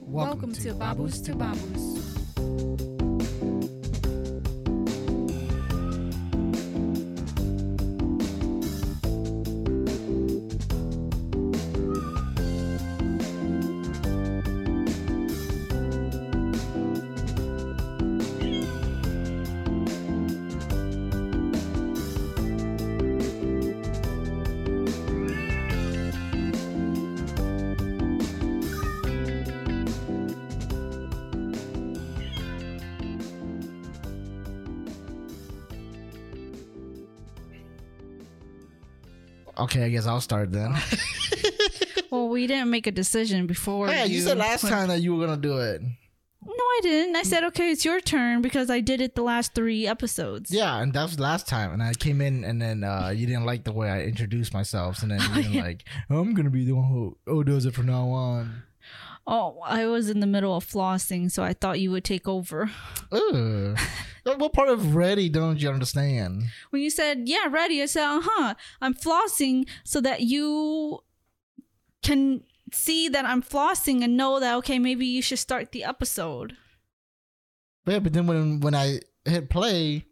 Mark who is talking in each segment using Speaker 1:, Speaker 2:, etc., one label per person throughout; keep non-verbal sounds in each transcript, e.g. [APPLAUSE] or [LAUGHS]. Speaker 1: Welcome, to, Babus to Babus.
Speaker 2: Okay, I guess I'll start
Speaker 1: [LAUGHS]
Speaker 2: then.
Speaker 1: Well, we didn't make a decision before.
Speaker 2: Hey, you said last
Speaker 1: went-
Speaker 2: time that you were gonna do it.
Speaker 1: No, I didn't. I said, okay, it's your turn because I did it the last three episodes.
Speaker 2: Yeah, and that was last time, and I came in, and then uh, you didn't like the way I introduced myself, and then
Speaker 1: [LAUGHS]
Speaker 2: you were
Speaker 1: yeah.
Speaker 2: like, "I'm gonna be the one who who does it from now on."
Speaker 1: Oh, I was in the middle of flossing, so I thought you would take over.
Speaker 2: Ugh. Like, [LAUGHS] what part of ready don't you understand?
Speaker 1: When you said, yeah, ready, I said, uh huh, I'm flossing so that you can see that I'm flossing and know that, okay, maybe you should start the episode.
Speaker 2: Yeah, but then when when I hit play,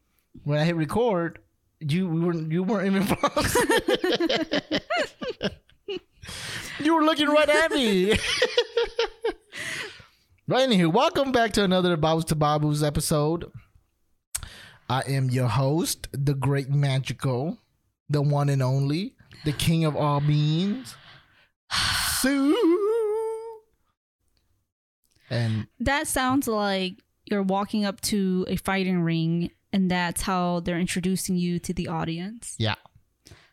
Speaker 2: when I hit record, you we weren't you weren't even flossing. [LAUGHS] you were looking right at me. [LAUGHS] right in here. Welcome back to another Bob's to Babu's episode. I am your host, the great magical, the one and only, the king of all beans. Sue. And
Speaker 1: That sounds like you're walking up to a fighting ring and that's how they're introducing you to the audience.
Speaker 2: yeah.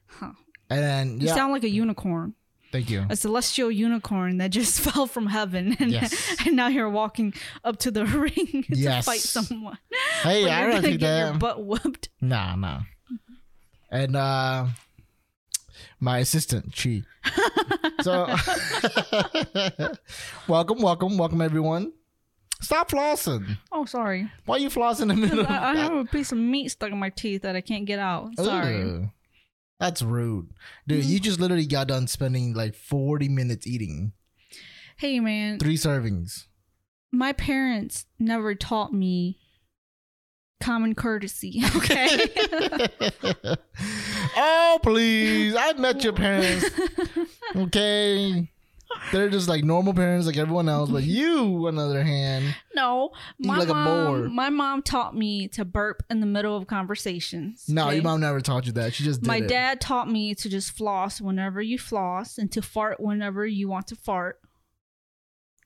Speaker 1: Huh.
Speaker 2: And then,
Speaker 1: You
Speaker 2: yeah.
Speaker 1: sound like a unicorn,
Speaker 2: Thank you.
Speaker 1: a celestial unicorn that just [LAUGHS] fell from heaven, [LAUGHS] and,
Speaker 2: Yes.
Speaker 1: and now you're walking up to the [LAUGHS] ring to
Speaker 2: Yes.
Speaker 1: fight someone.
Speaker 2: Hey,
Speaker 1: But
Speaker 2: I
Speaker 1: you're
Speaker 2: don't
Speaker 1: gonna
Speaker 2: think
Speaker 1: get your
Speaker 2: that.
Speaker 1: butt whooped.
Speaker 2: Nah, nah. And uh, my assistant, she. so, [LAUGHS] welcome, welcome, welcome, everyone. Stop flossing. [LAUGHS]
Speaker 1: Oh, sorry.
Speaker 2: Why you flossing in the middle? of
Speaker 1: [LAUGHS] I, I
Speaker 2: that?
Speaker 1: have a piece of meat stuck in my teeth that I can't get out. Sorry. Mm.
Speaker 2: Ugh. That's rude, dude. You just literally got done spending like forty minutes eating
Speaker 1: Hey, man.
Speaker 2: three
Speaker 1: [LAUGHS]
Speaker 2: servings. [LAUGHS]
Speaker 1: My parents never taught me common courtesy.
Speaker 2: [LAUGHS]
Speaker 1: [LAUGHS] Okay.
Speaker 2: oh please! I met your
Speaker 1: [LAUGHS]
Speaker 2: parents. Okay. They're just like normal parents, like everyone else.
Speaker 1: [LAUGHS]
Speaker 2: But you, on the other hand,
Speaker 1: no,
Speaker 2: You
Speaker 1: my
Speaker 2: like a boar.
Speaker 1: mom. My mom taught me to burp in the middle of conversations.
Speaker 2: no,
Speaker 1: okay?
Speaker 2: your mom never taught you that. She just did
Speaker 1: My
Speaker 2: it.
Speaker 1: dad taught me to just floss whenever you floss and to fart whenever you want to fart.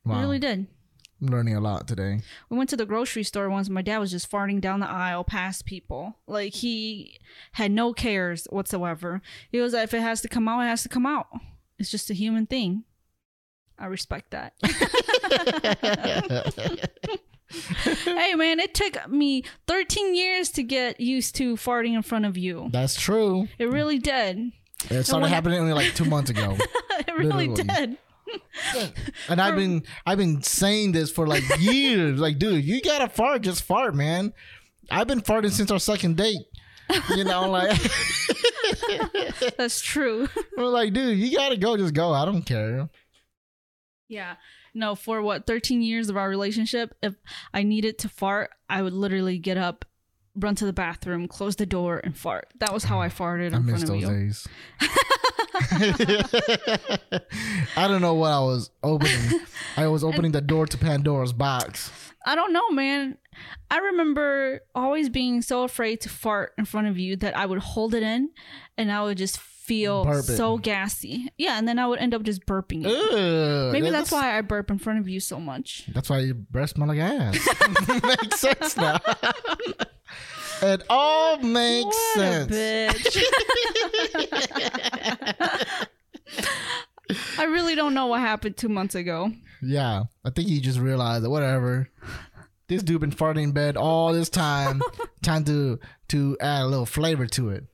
Speaker 1: I
Speaker 2: Wow.
Speaker 1: really did.
Speaker 2: I'm learning a lot
Speaker 1: [LAUGHS]
Speaker 2: today.
Speaker 1: We went to the grocery store once. My dad was just farting down the aisle past people. Like he had no cares whatsoever. He was like, if it has to come out, it has to come out. It's just a human thing. I respect that. [LAUGHS] hey, man, it took me 13 years to get used to farting in front of you.
Speaker 2: That's true.
Speaker 1: It really did. [LAUGHS]
Speaker 2: It started
Speaker 1: when-
Speaker 2: happening only like two months ago,
Speaker 1: It really
Speaker 2: Literally.
Speaker 1: did.
Speaker 2: and I've been I've been saying this for like years. Like, dude, you gotta fart, just fart, man. I've been farting since our second date. You know, like [LAUGHS]
Speaker 1: That's true.
Speaker 2: we're like, dude, you gotta go, just go. I don't care.
Speaker 1: Yeah. No, for what 13 years of our relationship, if I needed to fart, I would literally get up, run to the bathroom, close the door, and fart. That was how I farted in
Speaker 2: I miss those
Speaker 1: front of you.
Speaker 2: days.
Speaker 1: [LAUGHS]
Speaker 2: [LAUGHS] I don't know what I was opening. I was opening the door to Pandora's box.
Speaker 1: I don't know, man. I remember always being so afraid to fart in front of you that I would hold it in and I would just feel
Speaker 2: Burp it.
Speaker 1: so gassy. Yeah, and then I would end up just burping. It.
Speaker 2: Ugh,
Speaker 1: Maybe that's why I burp in front of you so much.
Speaker 2: That's why your breath smell like
Speaker 1: [LAUGHS]
Speaker 2: ass. [LAUGHS] makes sense now. [LAUGHS] it all makes
Speaker 1: What
Speaker 2: sense.
Speaker 1: a bitch. [LAUGHS] I really don't know what happened two months ago.
Speaker 2: Yeah, I think he just realized that whatever. This dude been farting in bed all this
Speaker 1: [LAUGHS]
Speaker 2: time. time to to add a little flavor to it.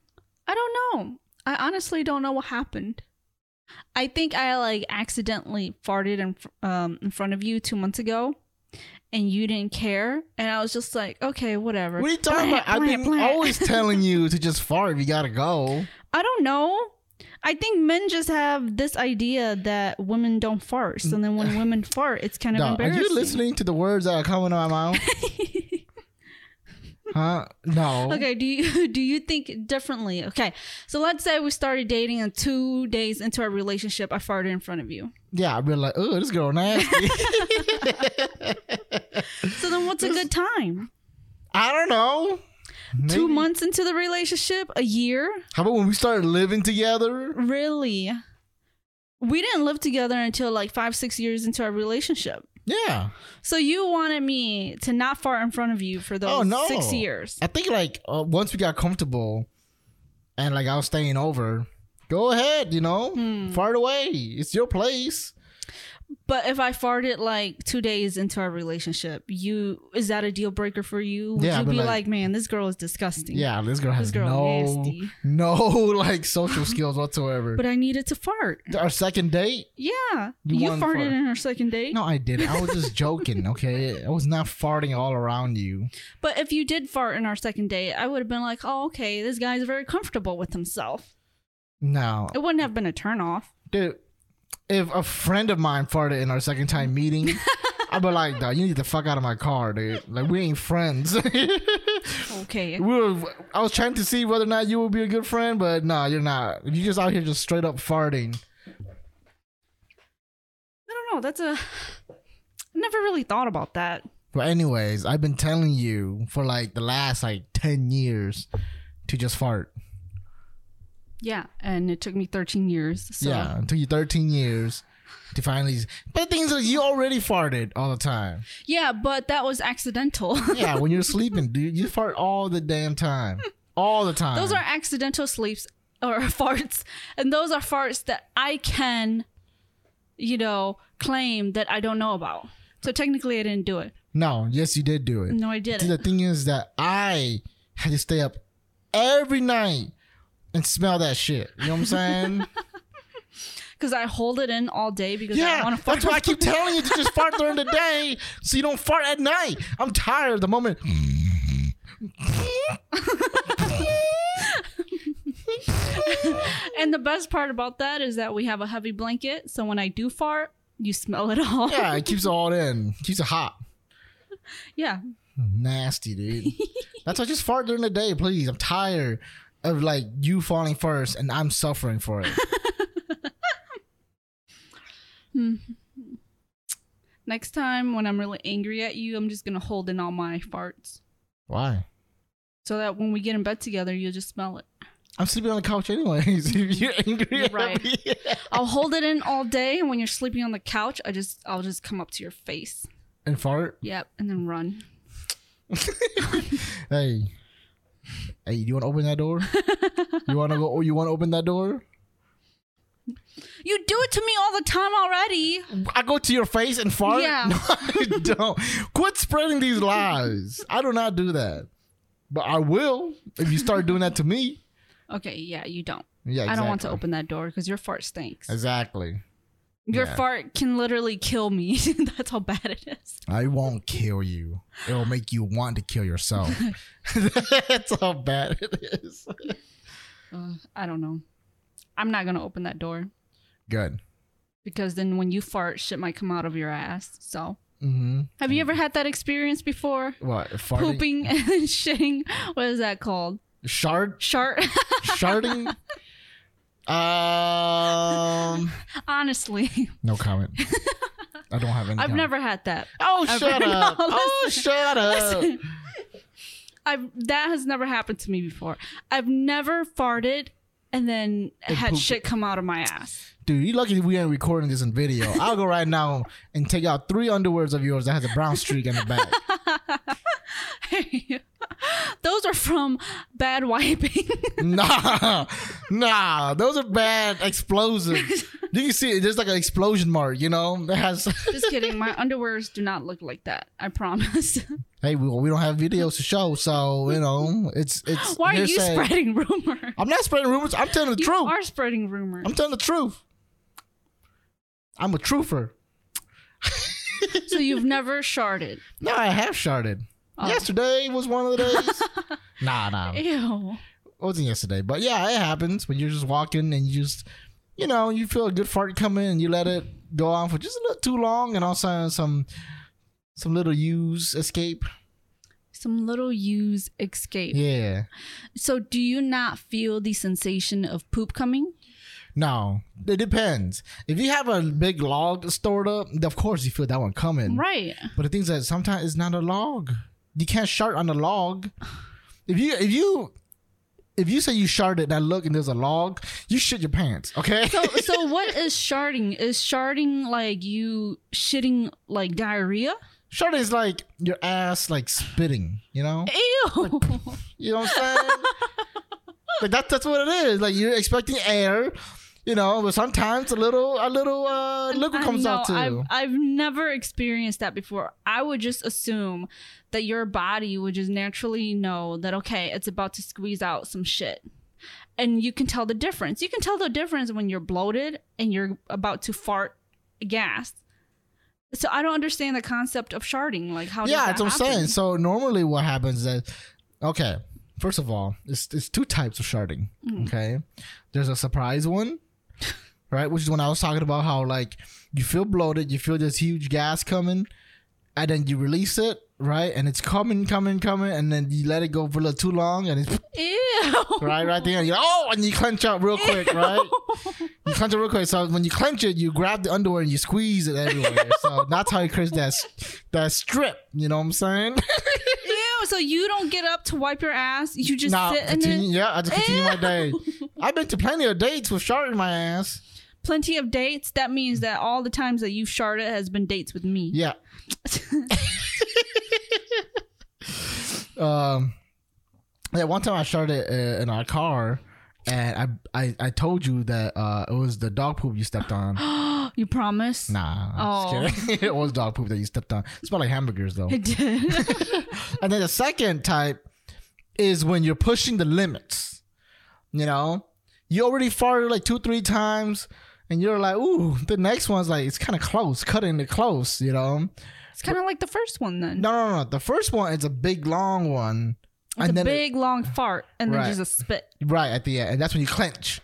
Speaker 1: I don't know. I honestly don't know what happened. I think I like accidentally farted in fr- um in front of you two months ago, and you didn't care, and I was just like, okay, whatever.
Speaker 2: What are you talking
Speaker 1: Blah,
Speaker 2: about? I've
Speaker 1: blah,
Speaker 2: been
Speaker 1: [LAUGHS] blah.
Speaker 2: always telling you to just fart if you gotta go.
Speaker 1: I don't know. I think men just have this idea that women don't fart. So then
Speaker 2: [SIGHS]
Speaker 1: when women fart, it's kind of
Speaker 2: Dog, are
Speaker 1: embarrassing.
Speaker 2: you listening to the words that are coming out of my
Speaker 1: [LAUGHS]
Speaker 2: mouth? huh? No.
Speaker 1: Okay, do you [LAUGHS] do you think differently? Okay. So let's say we started dating and 2 days into our relationship I farted in front of you.
Speaker 2: Yeah, I'd be like, oh, this girl nasty. [LAUGHS]
Speaker 1: So then what's a good time?
Speaker 2: I don't know.
Speaker 1: 2
Speaker 2: Maybe-
Speaker 1: months into the relationship? A year?
Speaker 2: How about when we started living together?
Speaker 1: Really? We didn't live together until like 5 6 years into our relationship.
Speaker 2: Yeah.
Speaker 1: So you wanted me to not fart in front of you for those
Speaker 2: Oh, no.
Speaker 1: 6 years.
Speaker 2: I think like uh, once we got comfortable, and like I was staying over. Go ahead, you know,
Speaker 1: Hmm.
Speaker 2: far away. It's your place.
Speaker 1: But if I farted like 2 days into our relationship, you is that a deal breaker for you? Would
Speaker 2: Yeah,
Speaker 1: you
Speaker 2: but
Speaker 1: be like,
Speaker 2: like-
Speaker 1: man, this girl is disgusting.
Speaker 2: Yeah, this girl has
Speaker 1: girl
Speaker 2: no,
Speaker 1: nasty.
Speaker 2: [LAUGHS] no like social skills whatsoever.
Speaker 1: But I needed to fart.
Speaker 2: Our second date?
Speaker 1: Yeah.
Speaker 2: You
Speaker 1: You,
Speaker 2: wanted
Speaker 1: farted
Speaker 2: to fart.
Speaker 1: in our second date.
Speaker 2: No, I didn't. I was just joking. Okay, I was not farting all around you.
Speaker 1: But if you did fart in our second date, I would have been like, oh, okay, this guy's very comfortable with himself.
Speaker 2: No,
Speaker 1: It wouldn't have been a turnoff.
Speaker 2: dude. If a friend of mine farted in our second time meeting, I'd be like, "Dog, you need the fuck out of my car, dude. Like, we ain't friends." [LAUGHS]
Speaker 1: Okay.
Speaker 2: we were, I was trying to see whether or not you would be a good friend, but nah, you're not. You just out here just straight up farting.
Speaker 1: I don't know. That's a. I never really thought about that.
Speaker 2: But anyways, I've been telling you for like the last like ten years to just fart.
Speaker 1: Yeah. And it took me 13 years. So.
Speaker 2: Yeah, until you're 13 years to finally. But the thing is, you already farted all the time.
Speaker 1: Yeah, but that was accidental. [LAUGHS]
Speaker 2: Yeah, when you're sleeping, dude, you fart all the damn time, all the time.
Speaker 1: those are accidental sleeps or [LAUGHS] farts. And those are farts that I can, you know, claim that I don't know about. So technically, I didn't do it.
Speaker 2: no, yes, you did do it.
Speaker 1: No, I didn't.
Speaker 2: See, the thing is that I had to stay up every night and smell that shit. You know what I'm
Speaker 1: [LAUGHS]
Speaker 2: saying?
Speaker 1: because I hold it in all day because I
Speaker 2: yeah,
Speaker 1: want to fart.
Speaker 2: that's why I keep telling you to just fart during the day so you don't fart at night. I'm tired the moment.
Speaker 1: [LAUGHS] and the best part about that is that we have a heavy blanket, so when I do fart, you smell it all.
Speaker 2: Yeah, it keeps it all in, keeps it hot.
Speaker 1: [LAUGHS] Yeah.
Speaker 2: Nasty,
Speaker 1: [LAUGHS]
Speaker 2: dude. That's why just fart during the day, please. I'm tired of like you falling first and I'm suffering for
Speaker 1: [LAUGHS]
Speaker 2: it.
Speaker 1: Next time when I'm really angry at you, I'm just gonna hold in all my farts
Speaker 2: Why?
Speaker 1: so that when we get in bed together, you'll just smell it.
Speaker 2: I'm sleeping on the couch anyways. [LAUGHS] if you're angry
Speaker 1: You're
Speaker 2: at
Speaker 1: right.
Speaker 2: me.
Speaker 1: I'll hold it in all day, and when you're sleeping on the couch, I just I'll just come up to your face.
Speaker 2: [LAUGHS] and fart.
Speaker 1: Yep, and then run.
Speaker 2: Hey. Hey, you wanna open that
Speaker 1: [LAUGHS]
Speaker 2: door? you wanna go oh you wanna open that door?
Speaker 1: You do it to me all the time already.
Speaker 2: I go to your face and fart?
Speaker 1: Yeah.
Speaker 2: [LAUGHS] No, I don't. Quit spreading these lies. I do not do that. But I will if you start doing that to me.
Speaker 1: Okay, yeah, you don't.
Speaker 2: Yeah,
Speaker 1: I don't want to
Speaker 2: exactly.
Speaker 1: open that door because your fart stinks.
Speaker 2: Exactly.
Speaker 1: Your
Speaker 2: Yeah.
Speaker 1: fart can literally kill me. [LAUGHS] That's how bad it is.
Speaker 2: I won't kill you. It'll make you want to kill yourself. [LAUGHS] That's how bad it is.
Speaker 1: Uh, I don't know. I'm not gonna open that door
Speaker 2: Good.
Speaker 1: because then when you fart, shit might come out of your ass. So,
Speaker 2: Mm-hmm.
Speaker 1: have you ever had that experience before?
Speaker 2: What? Farting?
Speaker 1: Pooping and [LAUGHS] shitting. What is that called?
Speaker 2: Shard?
Speaker 1: Shart.
Speaker 2: Sharding? um.
Speaker 1: [LAUGHS] Honestly,
Speaker 2: No comment. I don't have any.
Speaker 1: I've
Speaker 2: comment.
Speaker 1: never had that.
Speaker 2: Oh,
Speaker 1: I've
Speaker 2: shut
Speaker 1: never- [LAUGHS]
Speaker 2: up.
Speaker 1: No,
Speaker 2: oh,
Speaker 1: listen.
Speaker 2: shut up.
Speaker 1: [LAUGHS] I've that has never happened to me before. I've never farted and then
Speaker 2: And
Speaker 1: had
Speaker 2: pooped.
Speaker 1: shit come out of my ass. [LAUGHS]
Speaker 2: Dude, you lucky we ain't recording this in video. I'll go right now and take out three underwears of yours that has a brown streak in the back.
Speaker 1: Those are from bad wiping.
Speaker 2: nah, nah, those are bad explosives. you can see it, there's like an explosion mark, you know? That has.
Speaker 1: Just kidding. My underwears do not look like that. I promise.
Speaker 2: [LAUGHS] hey, we, we don't have videos to show, so you know it's it's.
Speaker 1: Why are you
Speaker 2: hearsay.
Speaker 1: spreading rumor?
Speaker 2: I'm not spreading rumors. I'm telling the
Speaker 1: You
Speaker 2: truth.
Speaker 1: are spreading rumor.
Speaker 2: I'm telling the truth. I'm a truther.
Speaker 1: So you've
Speaker 2: [LAUGHS]
Speaker 1: never sharded.
Speaker 2: No, I have sharded.
Speaker 1: Oh. [LAUGHS]
Speaker 2: Yesterday was one of the days. nah, nah.
Speaker 1: Ew.
Speaker 2: It wasn't yesterday, but yeah, it happens when you're just walking and you just, you know, you feel a good fart coming and you let it go on for just a little too long, and all of a sudden some, some little use escape.
Speaker 1: Some little use escape.
Speaker 2: Yeah.
Speaker 1: So, do you not feel the sensation of poop coming?
Speaker 2: No, it depends. If you have a big log stored up, of course you feel that one coming.
Speaker 1: Right.
Speaker 2: But the thing is that sometimes it's not a log. You can't shart on a log. If you if you if you say you sharted and I look and there's a log, you shit your pants. Okay.
Speaker 1: So, so what is sharding? Is sharding like you shitting
Speaker 2: [LAUGHS]
Speaker 1: like diarrhea?
Speaker 2: Shart is like your ass like spitting, you know?
Speaker 1: Ew.
Speaker 2: You know what I'm
Speaker 1: [LAUGHS]
Speaker 2: saying? like that, that's what it is. Like you're expecting air, you know, but sometimes a little a little uh liquid
Speaker 1: I
Speaker 2: comes
Speaker 1: know,
Speaker 2: out too.
Speaker 1: I've, I've never experienced that before. I would just assume that your body would just naturally know that, okay, it's about to squeeze out some shit. And you can tell the difference. You can tell the difference when you're bloated and you're about to fart gas. So I don't understand the concept of sharding. Like, how
Speaker 2: yeah,
Speaker 1: does
Speaker 2: that's
Speaker 1: that
Speaker 2: what I'm saying.
Speaker 1: happen?
Speaker 2: So normally, what happens is, okay, first of all, it's it's two types of sharding.
Speaker 1: Mm-hmm.
Speaker 2: Okay, there's a surprise one, [LAUGHS] right? Which is when I was talking about how like you feel bloated, you feel this huge gas coming, and then you release it, right? And it's coming, coming, coming, and then you let it go for a little too long, and
Speaker 1: [LAUGHS]
Speaker 2: it's
Speaker 1: Ew.
Speaker 2: right, right there. And you're like, oh, and you clench up real quick, right? You clench it real quick. So when you clench it, you grab the underwear and you squeeze it everywhere. so that's how you create that s- that strip. You know what I'm saying?
Speaker 1: Ew. So you don't get up to wipe your ass. You just
Speaker 2: Nah,
Speaker 1: sit and
Speaker 2: continue,
Speaker 1: then
Speaker 2: yeah, I just continue my day. I've been to plenty of dates with shard in my ass.
Speaker 1: plenty of dates. That means that all the times that you've sharded has been dates with me. [LAUGHS]
Speaker 2: Yeah. um, yeah. One time I sharded uh, in our car, and I, I I told you that uh it was the dog poop you stepped on.
Speaker 1: [GASPS] You promise?
Speaker 2: Nah, I'm
Speaker 1: Oh.
Speaker 2: just kidding. [LAUGHS] it was dog poop that you stepped on. It smelled like hamburgers though.
Speaker 1: [LAUGHS] It did. [LAUGHS]
Speaker 2: And then the second type is when you're pushing the limits. You know, you already farted like two, three times, and you're like, ooh, the next one's like, it's kind of close, cutting it close, you know?
Speaker 1: it's kind of like the first one then.
Speaker 2: No, no, no. The first one is a big, long one.
Speaker 1: it's
Speaker 2: and
Speaker 1: a
Speaker 2: then,
Speaker 1: big long fart and
Speaker 2: Right.
Speaker 1: then just a spit.
Speaker 2: it- right at the end. And that's when you clench.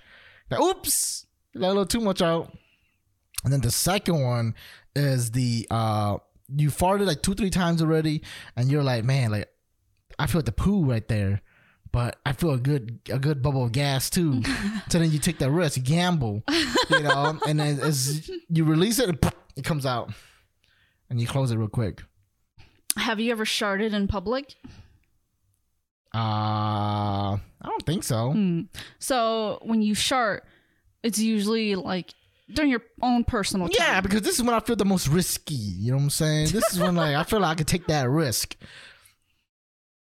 Speaker 2: Like, oops, let a little too much out. And then the second one is the, uh, you farted like two, three times already, and you're like, man, like, I feel the poo right there, but I feel a good a good bubble of gas too. so then you take that risk, you gamble, you know, and then as you release it, it comes out, and you close it real quick.
Speaker 1: Have you ever sharded in public?
Speaker 2: Uh, I don't think so.
Speaker 1: Hmm. So when you shart, it's usually like during your own personal time.
Speaker 2: Yeah, because this is when I feel the most risky. You know what I'm saying? This is when like I feel like I could take that risk.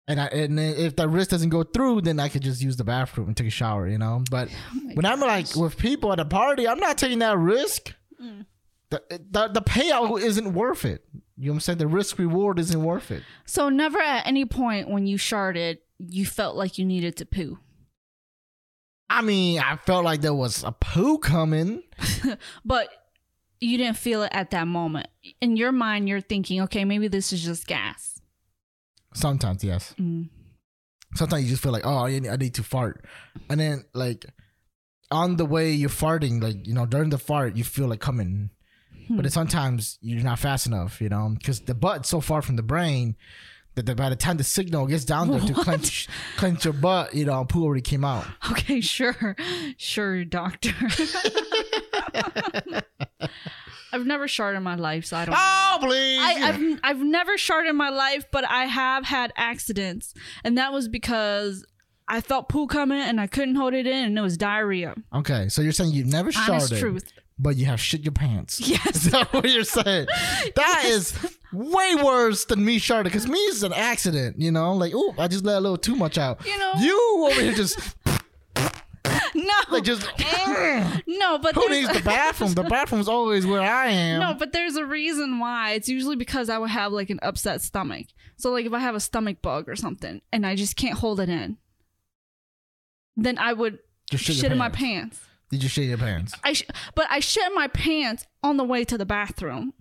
Speaker 2: And I and then if that risk doesn't go through, then I could just use the bathroom and take a shower. You know, but
Speaker 1: Oh my
Speaker 2: when I'm like with people at a party, I'm not taking that risk.
Speaker 1: Mm.
Speaker 2: The, the the payout isn't worth it. You know what I'm saying? The risk reward isn't worth it.
Speaker 1: So never at any point when you sharded, you felt like you needed to poo.
Speaker 2: I mean, I felt like there was a poo coming.
Speaker 1: But you didn't feel it at that moment. In your mind, you're thinking, okay, maybe this is just gas.
Speaker 2: Sometimes, yes.
Speaker 1: Mm.
Speaker 2: sometimes you just feel like oh I need, I need to fart and then like on the way you're farting like you know during the fart you feel like coming
Speaker 1: Hmm.
Speaker 2: but then sometimes you're not fast enough you know because the butt's so far from the brain that the, by the time the signal gets down
Speaker 1: [LAUGHS]
Speaker 2: there to
Speaker 1: What?
Speaker 2: clench clench your butt you know poo already came out
Speaker 1: [LAUGHS] Okay, sure. Sure, doctor. [LAUGHS] I've never sharded in my life, so I don't
Speaker 2: oh please
Speaker 1: I, I've I've never sharded in my life, but I have had accidents, and that was because I felt poo coming and I couldn't hold it in, and it was diarrhea. [LAUGHS]
Speaker 2: okay so you're saying you've never
Speaker 1: Honest
Speaker 2: sharded
Speaker 1: truth.
Speaker 2: but you have shit your pants [LAUGHS]
Speaker 1: Yes.
Speaker 2: is that what you're
Speaker 1: [LAUGHS]
Speaker 2: saying That is way worse than me sharding because me is an accident you know like oh i just let a little too much out
Speaker 1: You know,
Speaker 2: You over here just [LAUGHS]
Speaker 1: no,
Speaker 2: like
Speaker 1: [LAUGHS]
Speaker 2: just mm,
Speaker 1: no,
Speaker 2: [LAUGHS]
Speaker 1: but
Speaker 2: who
Speaker 1: there's- [LAUGHS]
Speaker 2: needs the bathroom? The bathroom's always where I am.
Speaker 1: No, but there's a reason why. It's usually because I would have like an upset stomach. So like if I have a stomach bug or something and I just can't hold it in, then I would
Speaker 2: Just shit
Speaker 1: shit,
Speaker 2: your
Speaker 1: in my
Speaker 2: pants.
Speaker 1: pants.
Speaker 2: Did you shit your pants?
Speaker 1: I sh- but I shit in my pants on the way to the bathroom.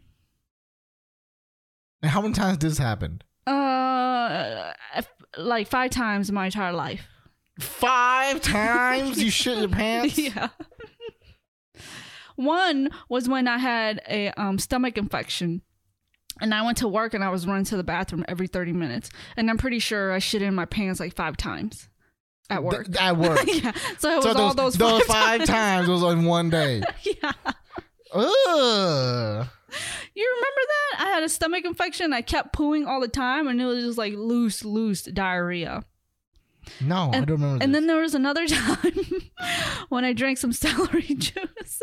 Speaker 2: And how many times this happened?
Speaker 1: Uh, f- like five times in my entire life. [LAUGHS]
Speaker 2: five times you shit your pants.
Speaker 1: [LAUGHS] yeah. One was when I had a um, stomach infection. And I went to work and I was running to the bathroom every 30 minutes. And I'm pretty sure I shit in my pants like five times at work. [LAUGHS]
Speaker 2: Th- At work.
Speaker 1: yeah. So it was
Speaker 2: so
Speaker 1: all
Speaker 2: those,
Speaker 1: those,
Speaker 2: those
Speaker 1: five, [LAUGHS]
Speaker 2: five times was on one day.
Speaker 1: times. yeah.
Speaker 2: Ugh.
Speaker 1: You remember that? I had a stomach infection. I kept pooing all the time and it was just like loose, loose diarrhea.
Speaker 2: No, I don't remember.
Speaker 1: And
Speaker 2: this.
Speaker 1: then there was another [LAUGHS] time when I drank some celery [LAUGHS] juice.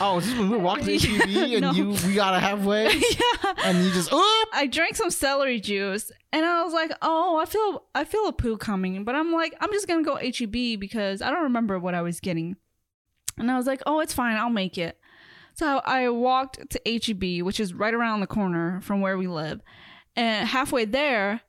Speaker 2: oh, is this when we were walking to
Speaker 1: [LAUGHS] Yeah,
Speaker 2: TV and
Speaker 1: no.
Speaker 2: you we got a
Speaker 1: [LAUGHS]
Speaker 2: halfway
Speaker 1: yeah.
Speaker 2: and you just "Uh, oop.
Speaker 1: I drank some celery juice and I was like, "Oh, I feel I feel a poo coming." But I'm like, "I'm just going to go HEB because I don't remember what I was getting." And I was like, "Oh, it's fine. I'll make it." So I walked to HEB, which is right around the corner from where we live. And halfway there,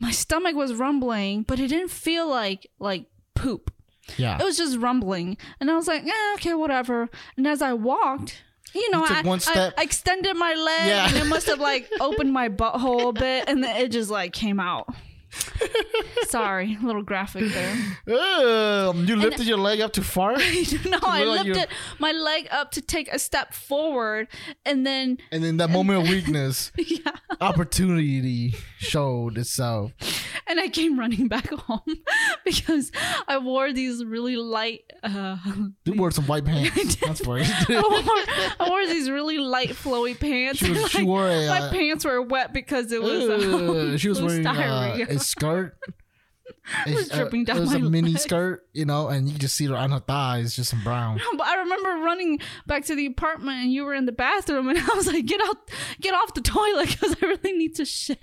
Speaker 1: my stomach was rumbling, but it didn't feel like like poop.
Speaker 2: Yeah.
Speaker 1: It was just rumbling. And I was like, eh, "Okay, whatever." And as I walked, you know,
Speaker 2: You took
Speaker 1: I,
Speaker 2: one
Speaker 1: I-
Speaker 2: step.
Speaker 1: I extended my leg
Speaker 2: Yeah.
Speaker 1: and it must
Speaker 2: [LAUGHS]
Speaker 1: have like opened my butthole a bit and then it just like came out.
Speaker 2: [LAUGHS]
Speaker 1: Sorry, little graphic there.
Speaker 2: [LAUGHS]
Speaker 1: [LAUGHS] Oh.
Speaker 2: Ugh. You lifted your leg up too far
Speaker 1: no, I
Speaker 2: Look at you.
Speaker 1: lifted my leg up to take a step forward and then [LAUGHS]
Speaker 2: and in that moment of weakness,
Speaker 1: yeah,
Speaker 2: opportunity showed itself.
Speaker 1: and I came running back [LAUGHS] home because I wore these really light uh [LAUGHS]
Speaker 2: You wore some white pants. That's funny.
Speaker 1: I wore, I wore these really light flowy pants.
Speaker 2: she, was, she
Speaker 1: [LAUGHS] Like,
Speaker 2: wore a.
Speaker 1: my
Speaker 2: uh,
Speaker 1: pants were wet because it was
Speaker 2: Ugh,
Speaker 1: um, [LAUGHS]
Speaker 2: she was
Speaker 1: loose
Speaker 2: wearing uh,
Speaker 1: diarrhea.
Speaker 2: a skirt. It
Speaker 1: [LAUGHS] was dripping down
Speaker 2: It was
Speaker 1: my
Speaker 2: a mini
Speaker 1: leg.
Speaker 2: skirt, you know, and you could just see her on her thighs, just some brown.
Speaker 1: [LAUGHS] But I remember running back to the apartment and you were in the bathroom and [LAUGHS] I was like, get out, get off the toilet because I really need to shit.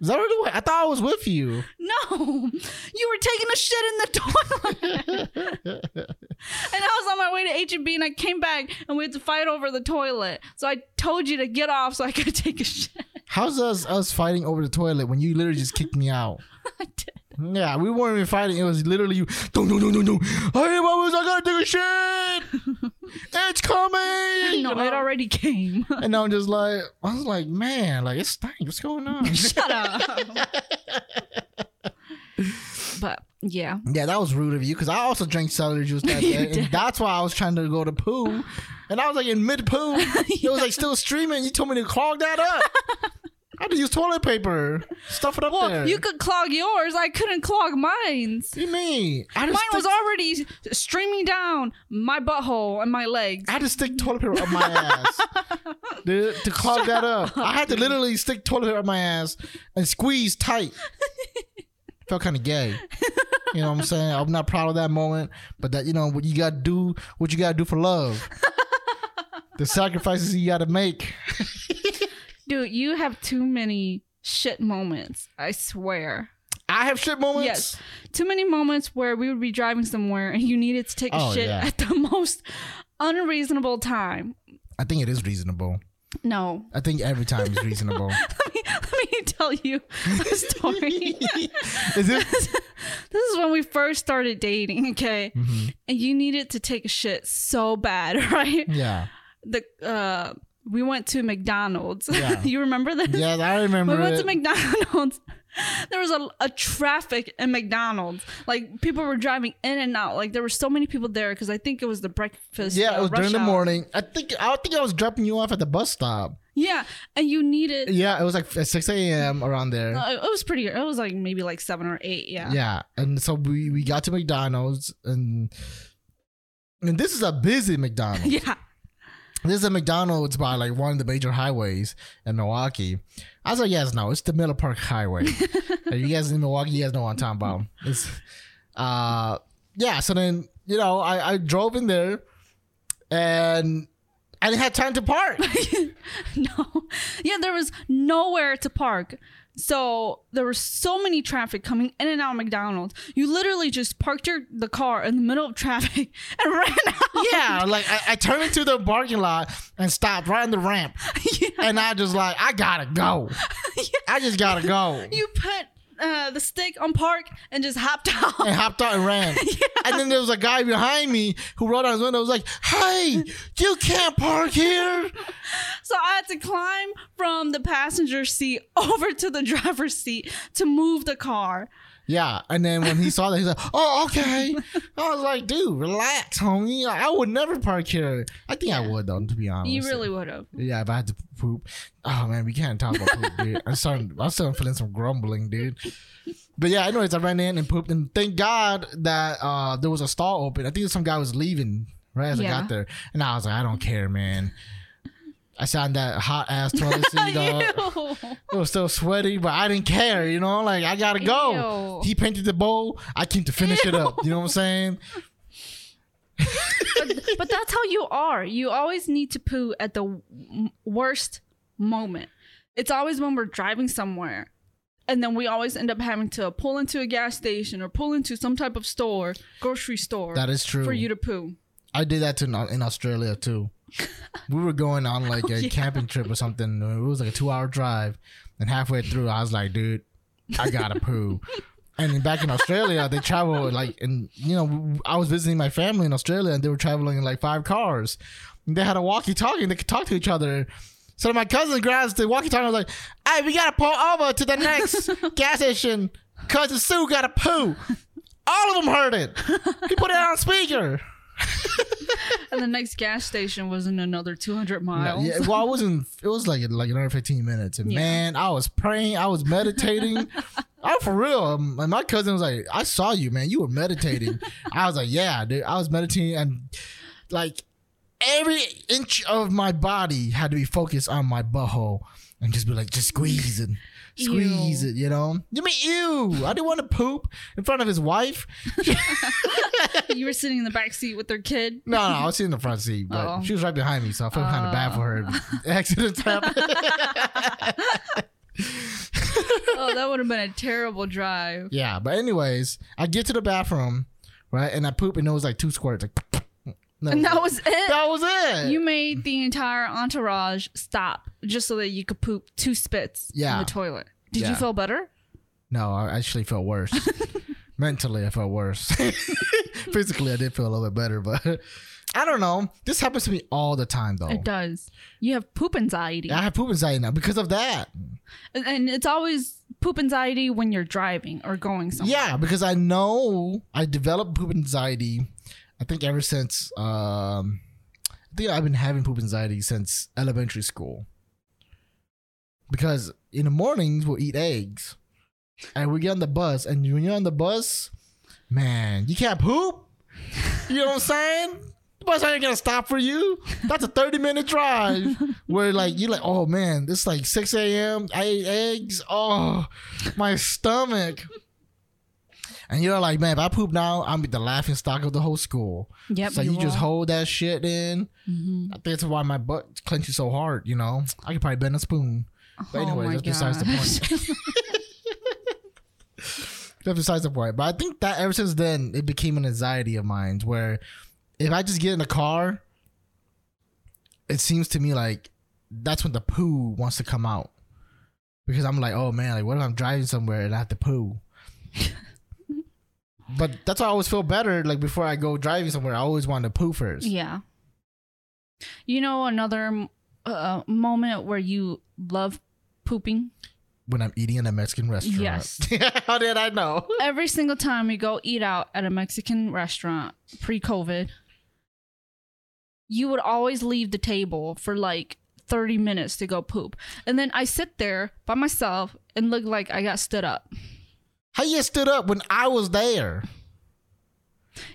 Speaker 2: Is that really what? I thought I was with you.
Speaker 1: [LAUGHS] No, you were taking a shit in the [LAUGHS] toilet. and I was on my way to H&B and I came back and we had to fight over the toilet. So I told you to get off so I could [LAUGHS] take a shit.
Speaker 2: How's us us fighting over the toilet when you literally just kicked me out?
Speaker 1: I did.
Speaker 2: Yeah, we weren't even fighting. It was literally you. No, no, no, no, no. Hey, mamas, I gotta take a shit. [LAUGHS] it's coming.
Speaker 1: No,
Speaker 2: You know?
Speaker 1: it already came.
Speaker 2: [LAUGHS]
Speaker 1: [LAUGHS]
Speaker 2: And I'm just like, I was like, man, like it stinks. What's going on?
Speaker 1: Shut up. but yeah.
Speaker 2: [LAUGHS] Yeah, that was rude of you because I also drank celery juice [LAUGHS] that
Speaker 1: You
Speaker 2: day, and
Speaker 1: did.
Speaker 2: that's why I was trying to go to poo, and I was like in mid [LAUGHS] poo. It was like still streaming. You told me to clog that up. [LAUGHS] I had to use toilet paper, stuff it up
Speaker 1: Well,
Speaker 2: there.
Speaker 1: you could clog yours. I couldn't clog mine's.
Speaker 2: What do you mean? I just
Speaker 1: Mine was
Speaker 2: stick,
Speaker 1: already streaming down my butthole and my legs.
Speaker 2: I had to stick toilet paper
Speaker 1: [LAUGHS]
Speaker 2: up my ass to, to clog that up. I had to literally stick toilet paper up my ass and squeeze
Speaker 1: [LAUGHS]
Speaker 2: tight. Felt kind of gay. You know what I'm saying? I'm not proud of that moment, but that you know what you got to do, what you got to do for
Speaker 1: [LAUGHS]
Speaker 2: love. the sacrifices you got to make.
Speaker 1: Dude, you have too many shit moments. I swear.
Speaker 2: I have shit moments.
Speaker 1: Yes. Too many moments where we would be driving somewhere and you needed to take a
Speaker 2: Oh,
Speaker 1: shit
Speaker 2: yeah.
Speaker 1: at the [LAUGHS] most unreasonable time.
Speaker 2: I think it is reasonable.
Speaker 1: No. [LAUGHS]
Speaker 2: I think every time is reasonable.
Speaker 1: Let me, let me tell you
Speaker 2: [LAUGHS]
Speaker 1: a story.
Speaker 2: is it?
Speaker 1: [LAUGHS] this is when we first started dating, okay?
Speaker 2: Mm-hmm.
Speaker 1: And you needed to take a shit so bad, [LAUGHS] right?
Speaker 2: Yeah.
Speaker 1: The uh we went to McDonald's.
Speaker 2: Yeah.
Speaker 1: [LAUGHS] you remember this?
Speaker 2: Yeah, I remember.
Speaker 1: we went
Speaker 2: it.
Speaker 1: to McDonald's. [LAUGHS] There was a, a traffic in McDonald's. Like people were driving in and out. Like there were so many people there because I think it was the breakfast.
Speaker 2: Yeah,
Speaker 1: uh,
Speaker 2: it was
Speaker 1: rush
Speaker 2: during the
Speaker 1: hour.
Speaker 2: morning. I think I think I was dropping you off at the bus stop.
Speaker 1: Yeah, and you needed.
Speaker 2: Yeah, it was like at six a.m. around there.
Speaker 1: Uh, it was pretty. It was like maybe like seven or eight. Yeah.
Speaker 2: yeah, and so we we got to McDonald's and and this is a busy McDonald's.
Speaker 1: [LAUGHS] [LAUGHS] Yeah.
Speaker 2: This is a McDonald's by like one of the major highways in Milwaukee. I was like, yes, no, it's the Miller Park
Speaker 1: [LAUGHS]
Speaker 2: Highway. If you guys in Milwaukee, you guys know what I'm talking about. It's, uh, yeah. So then you know, I, I drove in there, and I didn't have time to park.
Speaker 1: [LAUGHS] No. Yeah, there was nowhere to park. So there was so many traffic coming in and out of McDonald's. You literally just parked your the car in the middle of traffic [LAUGHS] and ran out.
Speaker 2: Yeah, like I, I turned into the parking lot and stopped right on the
Speaker 1: [LAUGHS]
Speaker 2: ramp, and I just like I gotta go. I just gotta go.
Speaker 1: You put uh, the stick on park and just hopped [LAUGHS]
Speaker 2: and
Speaker 1: out.
Speaker 2: hopped out and
Speaker 1: [LAUGHS]
Speaker 2: ran. And then there was a guy behind me who rolled out his window. Was like, "Hey, you can't park here."
Speaker 1: So I had to climb [LAUGHS] from the passenger seat over to the driver's seat to move the car.
Speaker 2: Yeah, and then when he saw that, he's like, "Oh, okay." I was like, "Dude, relax, homie. Like, I would never park here. I think I
Speaker 1: Yeah.
Speaker 2: would, though, to be honest.
Speaker 1: You really would have.
Speaker 2: Yeah, if I had to poop. Oh man, we can't talk about poop, dude. I'm starting. I'm starting feeling some grumbling, dude. But yeah, anyways, I ran in and pooped, and thank God that uh there was a stall open. I think some guy was leaving right as I
Speaker 1: Yeah.
Speaker 2: got there, and I was like, I don't care, man. I sat in that hot ass toilet
Speaker 1: [LAUGHS]
Speaker 2: seat, dog. It was still sweaty, but I didn't care, you know. Like I gotta go.
Speaker 1: Ew.
Speaker 2: He painted the bowl. I came to finish it up. You know what I'm saying?
Speaker 1: but that's how you are. You always need to poo at the w- worst moment. It's always when we're driving somewhere. And then we always end up having to pull into a gas station or pull into some type of store, grocery store,
Speaker 2: That is true.
Speaker 1: for you to poo.
Speaker 2: I did that to in, in Australia too. we were going on like a
Speaker 1: yeah.
Speaker 2: camping trip or something. It was like a two hour drive, and halfway through, I was like, "Dude, I gotta poo." And then back in Australia, they travel like, and you know, I was visiting my family in Australia, and they were traveling in like five cars. And they had a walkie-talkie; and they could talk to each other. So my cousin grabs the walkie-talkie and was like, "Hey, we gotta pull over to the next gas station. Cousin Sue gotta poo." All of them heard it. He put it on speaker.
Speaker 1: And the next gas station was in another 200
Speaker 2: No,
Speaker 1: miles.
Speaker 2: yeah, well, I wasn't. It was like like another fifteen minutes, and
Speaker 1: Yeah.
Speaker 2: man, I was praying, I was
Speaker 1: [LAUGHS]
Speaker 2: meditating. I'm for real. Um, And my cousin was like, "I saw you, man. You were
Speaker 1: [LAUGHS]
Speaker 2: meditating." I was like, "Yeah, dude. I was meditating, and like every inch of my body had to be focused on my butthole, and just be like, just squeeze it, squeeze
Speaker 1: Ew.
Speaker 2: it. You know? You mean ew? I didn't want to poop in front of his wife.
Speaker 1: [LAUGHS] you were sitting in the back seat with their
Speaker 2: [LAUGHS]
Speaker 1: kid.
Speaker 2: No, no, I was sitting in the front seat, but
Speaker 1: Oh.
Speaker 2: she was right behind me, so I felt kind of bad for her. if [LAUGHS] Accidents happened.
Speaker 1: Oh, that would have been a terrible drive.
Speaker 2: Yeah, but anyways, I get to the bathroom, right, and I poop, and it was like two squirts. Like, [LAUGHS]
Speaker 1: And that was it.
Speaker 2: that was it.
Speaker 1: You made the entire entourage stop just so that you could poop two spits
Speaker 2: Yeah.
Speaker 1: in the toilet. Did
Speaker 2: Yeah.
Speaker 1: you feel better?
Speaker 2: no, I actually felt
Speaker 1: [LAUGHS]
Speaker 2: worse. Mentally, I felt worse. [LAUGHS] Physically, I did feel a little bit better, but [LAUGHS] I don't know. This happens to me all the time, though.
Speaker 1: It does. You have poop anxiety.
Speaker 2: I have poop anxiety now because of that.
Speaker 1: And- And it's always poop anxiety when you're driving or going somewhere.
Speaker 2: Yeah, because I know I developed poop anxiety. I think ever since um, I think I've been having poop anxiety since elementary school. Because in the mornings we'll eat eggs, and we get on the bus, and when you're on the bus, man, you can't poop. You know what I'm saying? The bus ain't gonna stop for you. That's a 30 minute drive where like you're like, oh man, this like 6 a.m. I ate eggs. Oh, my stomach. And you're like, man, if I poop now, I'm the laughing stock of the whole school.
Speaker 1: Yep. Mm-hmm.
Speaker 2: so you, just
Speaker 1: will.
Speaker 2: hold that shit in. I think that's why my butt clenches so hard. You know, I could probably bend a spoon. But
Speaker 1: Oh
Speaker 2: anyway,
Speaker 1: my
Speaker 2: that's besides the point.
Speaker 1: gosh.
Speaker 2: That's besides the point. But I think that ever since then, it became an anxiety of mine where if I just get in the car, it seems to me like that's when the poo wants to come out. Because I'm like, oh man, like what if I'm driving somewhere and I have to
Speaker 1: [LAUGHS]
Speaker 2: poo? but that's why I always feel better. Like before I go driving somewhere, I always want to poo first.
Speaker 1: [LAUGHS] Yeah. You know another uh, moment where you love pooping?
Speaker 2: When I'm eating in a Mexican restaurant.
Speaker 1: Yes.
Speaker 2: [LAUGHS] How did I know?
Speaker 1: Every single time we go eat out at a Mexican restaurant pre-COVID, you would always leave the table for like 30 minutes to go poop. And then I sit there by myself and look like I got stood up.
Speaker 2: How you stood up when I was there?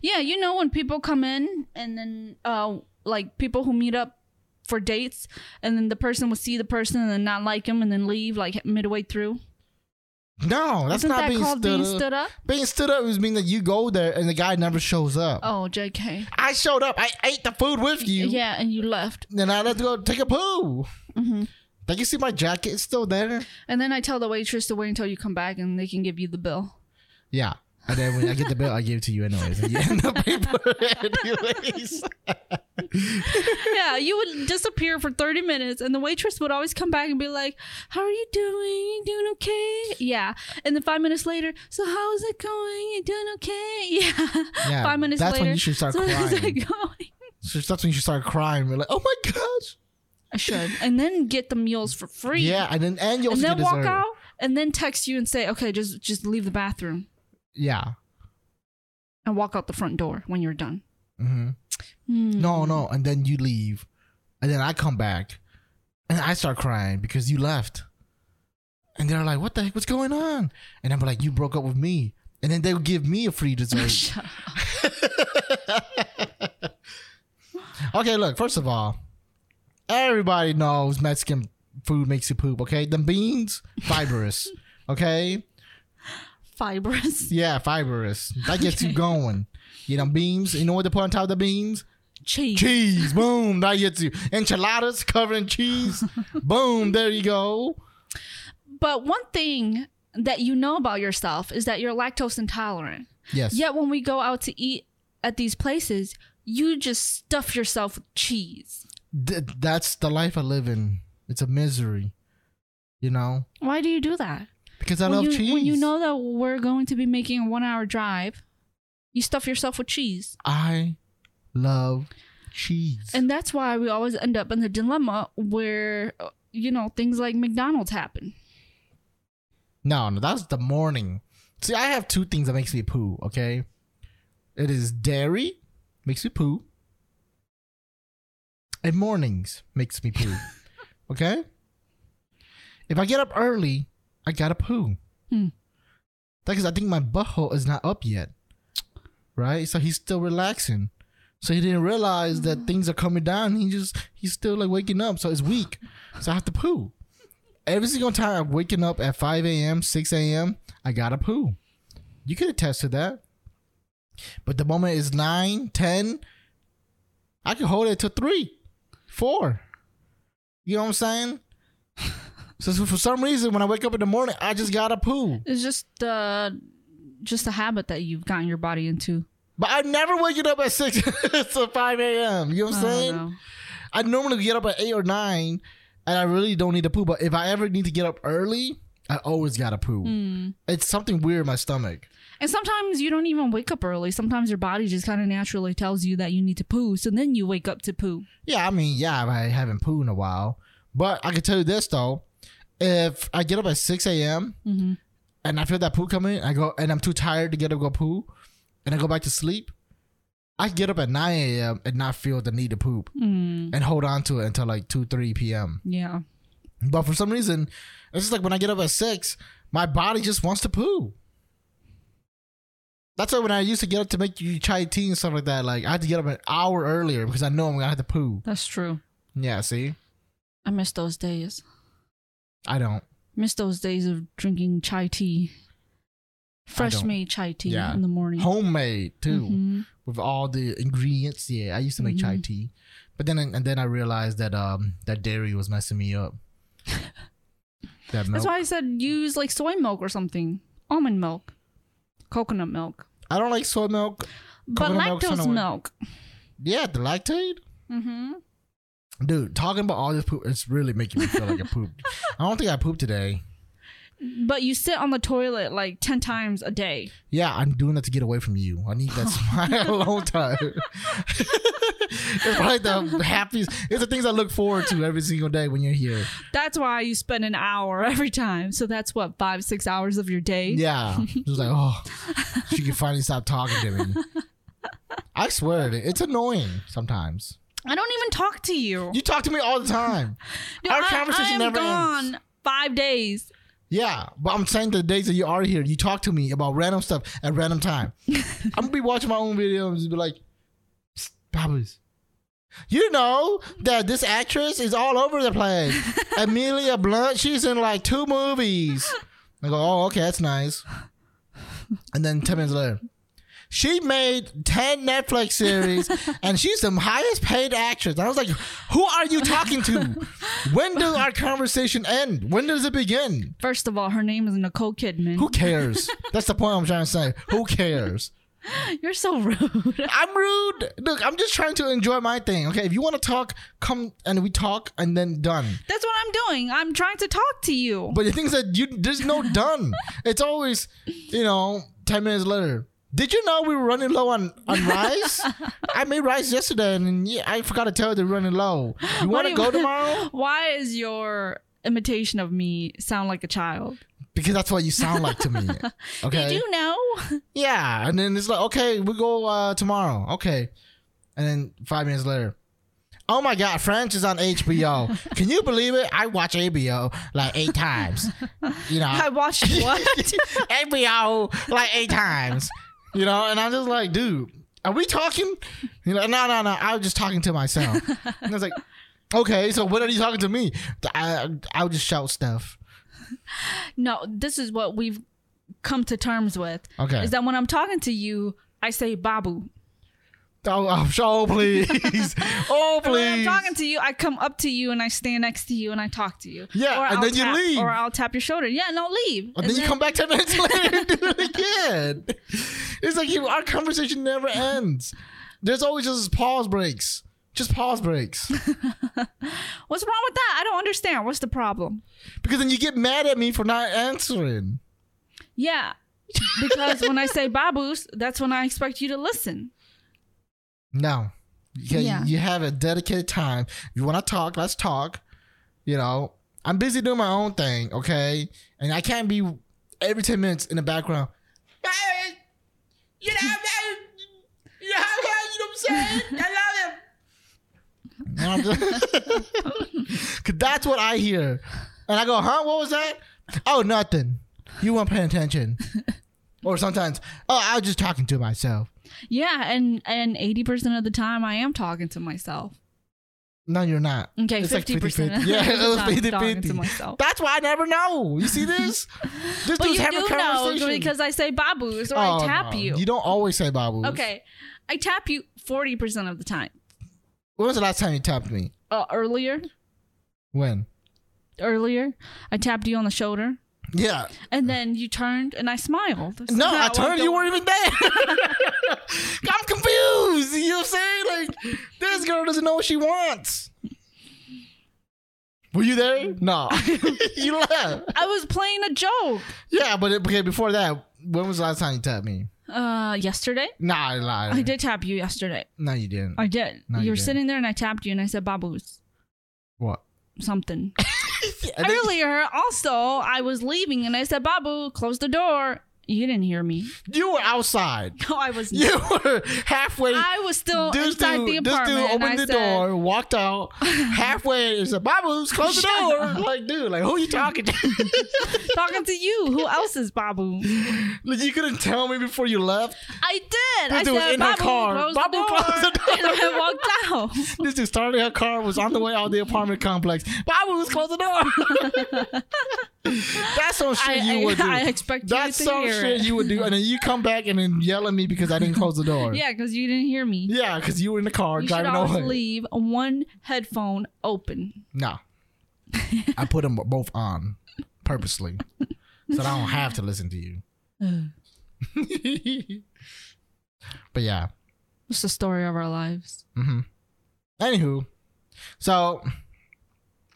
Speaker 1: Yeah, you know when people come in and then uh like people who meet up for dates and then the person will see the person and then not like him and then leave like midway through.
Speaker 2: No, that's
Speaker 1: Isn't
Speaker 2: not
Speaker 1: that
Speaker 2: being,
Speaker 1: called
Speaker 2: stood,
Speaker 1: being
Speaker 2: up.
Speaker 1: stood up?
Speaker 2: Being stood up was mean that you go there and the guy never shows up.
Speaker 1: Oh, JK.
Speaker 2: I showed up. I ate the food with you.
Speaker 1: Yeah, and you left.
Speaker 2: Then I had to go take a poo. Mm-hmm.
Speaker 1: Mhm.
Speaker 2: Like you see, my jacket is still there.
Speaker 1: And then I tell the waitress to wait until you come back and they can give you
Speaker 2: [LAUGHS]
Speaker 1: the bill.
Speaker 2: Yeah. And then when I get the bill, I give it to you anyways. [LAUGHS] And you end up paying for it [LAUGHS] anyways.
Speaker 1: yeah, you would disappear for 30 minutes and the waitress would always come back and be like, How are you doing? You doing okay? Yeah. And then five minutes later, So how's it going? You doing okay? [LAUGHS] Yeah.
Speaker 2: Yeah,
Speaker 1: five minutes
Speaker 2: that's
Speaker 1: later.
Speaker 2: when you should [LAUGHS] start
Speaker 1: so how's it
Speaker 2: crying.
Speaker 1: going?
Speaker 2: So that's when you start crying. We're like, oh my gosh.
Speaker 1: I should. And then get the meals for free.
Speaker 2: Yeah, and then and you also
Speaker 1: And then
Speaker 2: get
Speaker 1: walk
Speaker 2: dessert.
Speaker 1: out and then text you and say, Okay, just just leave the bathroom.
Speaker 2: Yeah.
Speaker 1: and walk out the front door when you're done.
Speaker 2: hmm
Speaker 1: Hmm.
Speaker 2: No, no. And then you leave. And then I come back and I start crying because you left. And they're like, what the heck? What's going on? And I'm like, you broke up with me. And then they'll give me a free
Speaker 1: [LAUGHS]
Speaker 2: dessert. [LAUGHS]
Speaker 1: Shut up.
Speaker 2: okay, look, first of all, everybody knows Mexican food makes you poop, okay? The beans, fibrous, okay? [LAUGHS]
Speaker 1: Fibrous
Speaker 2: Yeah, fibrous. That gets you going. You know, beans, you know what they put on top of the beans?
Speaker 1: cheese.
Speaker 2: Cheese, boom, that gets you. Enchiladas covering cheese, boom, there you go.
Speaker 1: But one thing that you know about yourself is that you're lactose intolerant.
Speaker 2: Yes.
Speaker 1: Yet when we go out to eat at these places, you just stuff yourself with cheese.
Speaker 2: Th- that's the life I live in. It's a misery, you know?
Speaker 1: Why do you do that?
Speaker 2: Because I
Speaker 1: when
Speaker 2: love
Speaker 1: you,
Speaker 2: cheese.
Speaker 1: When you know that we're going to be making a one hour drive, you stuff yourself with cheese.
Speaker 2: I love cheese.
Speaker 1: And that's why we always end up in the dilemma where, uh, you know, things like McDonald's happen.
Speaker 2: No, no, that's the morning. See, I have two things that makes me poo. Okay, it is dairy makes me poo, and mornings makes me poo. okay, if I get up early, I gotta poo.
Speaker 1: Hmm.
Speaker 2: Because I think my butthole is not up yet, right? So he's still relaxing. So he didn't realize that things are coming down. He just he's still like waking up, so it's weak. So I have to poo every single time I'm waking up at 5 a.m., 6 a.m., I gotta poo. You could attest to that. But the moment it's 9, 10, I can hold it to 3, 4. You know what I'm
Speaker 1: [LAUGHS]
Speaker 2: saying? so so for some reason, when I wake up in the morning, I just gotta poo.
Speaker 1: It's just uh, just a habit that you've gotten your body into.
Speaker 2: But I'm never waking up at 6 [LAUGHS] to 5 a.m. You know what I'm
Speaker 1: I don't
Speaker 2: saying?
Speaker 1: know.
Speaker 2: I normally get up at eight or nine, and I really don't need to poo. But if I ever need to get up early, I always gotta poo.
Speaker 1: Mm.
Speaker 2: It's something weird in my stomach.
Speaker 1: Hmm. And sometimes you don't even wake up early. Sometimes your body just kind of naturally tells you that you need to poo. So then you wake up to poo.
Speaker 2: Yeah, I mean, yeah, I haven't pooed in a while, but I can tell you this though: if I get up at six a.m. and I feel that poo coming, I go and I'm too tired to get up go poo, and I go back to sleep. I can get up at nine a.m. and not feel the need to poop, and hold on to it until like two, three p.m.
Speaker 1: Hmm. Yeah.
Speaker 2: But for some reason, it's just like when I get up at six, my body just wants to poo. That's why when I used to get up to make you chai tea and stuff like that, like I had to get up an hour earlier because I know I'm gonna have to poo.
Speaker 1: That's true.
Speaker 2: Yeah, see,
Speaker 1: I miss those days.
Speaker 2: I don't.
Speaker 1: Miss those days of drinking chai tea. Fresh
Speaker 2: don't.
Speaker 1: made chai tea
Speaker 2: Yeah.
Speaker 1: in the morning.
Speaker 2: Homemade too,
Speaker 1: Mhm.
Speaker 2: with all the ingredients. Yeah, I used to make
Speaker 1: Mm-hmm.
Speaker 2: chai tea, but then and then I realized that um that dairy was messing me
Speaker 1: [LAUGHS]
Speaker 2: up. that milk.
Speaker 1: That's why I said use like soy milk or something, almond milk, coconut milk,
Speaker 2: I don't like soy milk.
Speaker 1: but
Speaker 2: Coconut milk's on the
Speaker 1: lactose
Speaker 2: way.
Speaker 1: milk.
Speaker 2: Yeah, the lactate.
Speaker 1: Mm-hmm.
Speaker 2: Dude, talking about all this poop, it's really making me feel like I
Speaker 1: [LAUGHS]
Speaker 2: pooped. I don't think I pooped today.
Speaker 1: But you sit on the toilet like 10 times a day.
Speaker 2: Yeah, I'm doing that to get away from you. I need that smile
Speaker 1: [LAUGHS]
Speaker 2: alone time. [LAUGHS] it's probably the happiest. It's the things I look forward to every single day when you're here.
Speaker 1: That's why you spend an hour [LAUGHS] every time. So that's what, five, six hours of your day? [LAUGHS]
Speaker 2: Yeah, just like oh, she can finally stop talking to me. I swear it. It's annoying sometimes.
Speaker 1: I don't even talk to you.
Speaker 2: You talk to me all the time.
Speaker 1: Dude,
Speaker 2: Our
Speaker 1: I-
Speaker 2: conversation
Speaker 1: I am
Speaker 2: never
Speaker 1: gone
Speaker 2: ends.
Speaker 1: five days.
Speaker 2: Yeah, but I'm saying the days that you are here, you talk to me about random stuff at random time. I'm gonna be watching my own video and just be like, "Psst, "Babas, you know that this actress is all over the place. Amelia Blunt, she's in like two movies." I go, "Oh, okay, that's nice." And then ten minutes later, she made ten Netflix series, and she's the highest paid actress. I was like, "Who are you talking to? When does our conversation end? When does it begin?"
Speaker 1: First of all, her name is Nicole Kidman.
Speaker 2: Who cares? That's the point I'm trying to say. Who cares?
Speaker 1: [LAUGHS] You're so rude. [LAUGHS]
Speaker 2: I'm rude. Look, I'm just trying to enjoy my thing. Okay, if you want to talk, come and we talk, and then done.
Speaker 1: That's what I'm doing. I'm trying to talk to you.
Speaker 2: But the things that you there's no done. It's always, you know, ten minutes later. Did you know we were running low on, on rice? I made rice yesterday, and yeah, I forgot to tell you they're running low. You
Speaker 1: What
Speaker 2: want
Speaker 1: do
Speaker 2: to go
Speaker 1: you-
Speaker 2: tomorrow?
Speaker 1: Why is your imitation of me sound like a child?
Speaker 2: because that's what you sound like to me. Okay.
Speaker 1: [LAUGHS] You do know.
Speaker 2: Yeah, and then it's like, okay, we go uh, tomorrow. Okay, and then five minutes later, oh my God, French is on
Speaker 1: [LAUGHS]
Speaker 2: HBO. Can you believe it? I watch HBO like eight times. You know,
Speaker 1: I watched [LAUGHS] what?
Speaker 2: [LAUGHS] HBO like eight times. You know, and I'm just like, dude, are we talking? You know, no, no, no. I was just talking to myself. And I was like, okay, so when are you talking to me? I I'll just shout stuff.
Speaker 1: no, this is what we've come to terms with.
Speaker 2: Okay.
Speaker 1: Is that when I'm talking to you, I say Babu.
Speaker 2: oh, oh, show,
Speaker 1: [LAUGHS]
Speaker 2: please. oh,
Speaker 1: When I'm
Speaker 2: please.
Speaker 1: talking to you, I come up to you and I stand next to you and I talk to you.
Speaker 2: Yeah,
Speaker 1: or
Speaker 2: and
Speaker 1: I'll
Speaker 2: then you
Speaker 1: tap-
Speaker 2: leave.
Speaker 1: Or I'll tap your shoulder. Yeah, no, leave.
Speaker 2: And
Speaker 1: And
Speaker 2: then you come back 10 minutes later and do it
Speaker 1: [LAUGHS]
Speaker 2: again. It's like you, our conversation never ends. There's always just pause breaks. Just pause
Speaker 1: [LAUGHS]
Speaker 2: breaks.
Speaker 1: What's wrong with that? I don't understand. What's the problem?
Speaker 2: Because then you get mad at me for not answering.
Speaker 1: Yeah. because when I say babus, that's when I expect you to listen.
Speaker 2: No. Okay,
Speaker 1: Yeah.
Speaker 2: You have a dedicated time. You want to talk, let's talk. You know, I'm busy doing my own thing, okay? And I can't be every 10 minutes in the background. "Hey, You know, hey, you know, you know what I'm saying? I [LAUGHS] love him. Cause [LAUGHS]
Speaker 1: [LAUGHS]
Speaker 2: that's what I hear. And I go, huh? What was that? Oh, nothing. You weren't paying
Speaker 1: [LAUGHS]
Speaker 2: attention. or sometimes, oh, I was just talking to myself.
Speaker 1: Yeah, and and 80% of the time I am talking to myself.
Speaker 2: No, you're not.
Speaker 1: Okay,
Speaker 2: It's like
Speaker 1: 50%
Speaker 2: 50-50.
Speaker 1: of
Speaker 2: Yeah, it
Speaker 1: the
Speaker 2: was
Speaker 1: time I'm talking
Speaker 2: 50
Speaker 1: to myself.
Speaker 2: That's why I never know. You see
Speaker 1: [LAUGHS]
Speaker 2: this? This
Speaker 1: But
Speaker 2: dude's
Speaker 1: you
Speaker 2: having
Speaker 1: do
Speaker 2: a
Speaker 1: know
Speaker 2: conversation.
Speaker 1: because I say babus or
Speaker 2: Oh,
Speaker 1: I tap
Speaker 2: no.
Speaker 1: you.
Speaker 2: You don't always say Babu.
Speaker 1: Okay. I tap you 40% of the time.
Speaker 2: When was the last time you tapped me?
Speaker 1: Uh, earlier,
Speaker 2: When?
Speaker 1: earlier, I tapped you on the shoulder
Speaker 2: Yeah.
Speaker 1: and then you turned and I smiled.
Speaker 2: No,
Speaker 1: Somehow
Speaker 2: I turned.
Speaker 1: don't-
Speaker 2: You weren't even there.
Speaker 1: [LAUGHS]
Speaker 2: I'm confused. You know what I'm saying? Like this girl doesn't know what she wants. Were you there?
Speaker 1: [LAUGHS]
Speaker 2: No, [LAUGHS] you left.
Speaker 1: I was playing a joke.
Speaker 2: Yeah, but it, okay. Before that, when was the last time you tapped me?
Speaker 1: Uh yesterday?
Speaker 2: Nah, I lied.
Speaker 1: I did tap you yesterday.
Speaker 2: No, you didn't.
Speaker 1: I did.
Speaker 2: No, you
Speaker 1: you were
Speaker 2: didn't.
Speaker 1: sitting there and I tapped you and I said babus
Speaker 2: what?
Speaker 1: [LAUGHS] something.
Speaker 2: And then-
Speaker 1: Earlier, also, I was leaving and I said, Babu, close the door. You didn't hear me. [LAUGHS]
Speaker 2: you were outside.
Speaker 1: No, I was not.
Speaker 2: You
Speaker 1: [LAUGHS]
Speaker 2: were halfway.
Speaker 1: I was still inside the
Speaker 2: this
Speaker 1: apartment.
Speaker 2: dude
Speaker 1: and I
Speaker 2: opened the
Speaker 1: said,
Speaker 2: door, walked
Speaker 1: [LAUGHS]
Speaker 2: out halfway, and said, "Babu's close the
Speaker 1: Shut
Speaker 2: door."
Speaker 1: up.
Speaker 2: Like, dude, like who you talking to?
Speaker 1: Talking to you. Who else is Babu?
Speaker 2: Like, you couldn't tell me before you left.
Speaker 1: I did. I
Speaker 2: This dude was
Speaker 1: said,
Speaker 2: in her
Speaker 1: Babu,
Speaker 2: car.
Speaker 1: close
Speaker 2: Babu,
Speaker 1: the door.
Speaker 2: close the
Speaker 1: [LAUGHS]
Speaker 2: door.
Speaker 1: And I
Speaker 2: [LAUGHS]
Speaker 1: walked out.
Speaker 2: This dude started her car, was on the way out of the apartment complex. Bobby was close the door. [LAUGHS] That's some shit
Speaker 1: I,
Speaker 2: you
Speaker 1: I,
Speaker 2: would do.
Speaker 1: I expect
Speaker 2: That's
Speaker 1: you to
Speaker 2: some
Speaker 1: hear
Speaker 2: shit
Speaker 1: it.
Speaker 2: you would do. And then you come back and then yell at me because I didn't close the door.
Speaker 1: Yeah, because you didn't hear me.
Speaker 2: Yeah, because you were in the car
Speaker 1: you should
Speaker 2: driving
Speaker 1: always
Speaker 2: away.
Speaker 1: leave one headphone open.
Speaker 2: No. I put them both on purposely so that I don't have to listen to you.
Speaker 1: [LAUGHS]
Speaker 2: [LAUGHS] but yeah.
Speaker 1: It's the story of our lives.
Speaker 2: hmm Anywho, so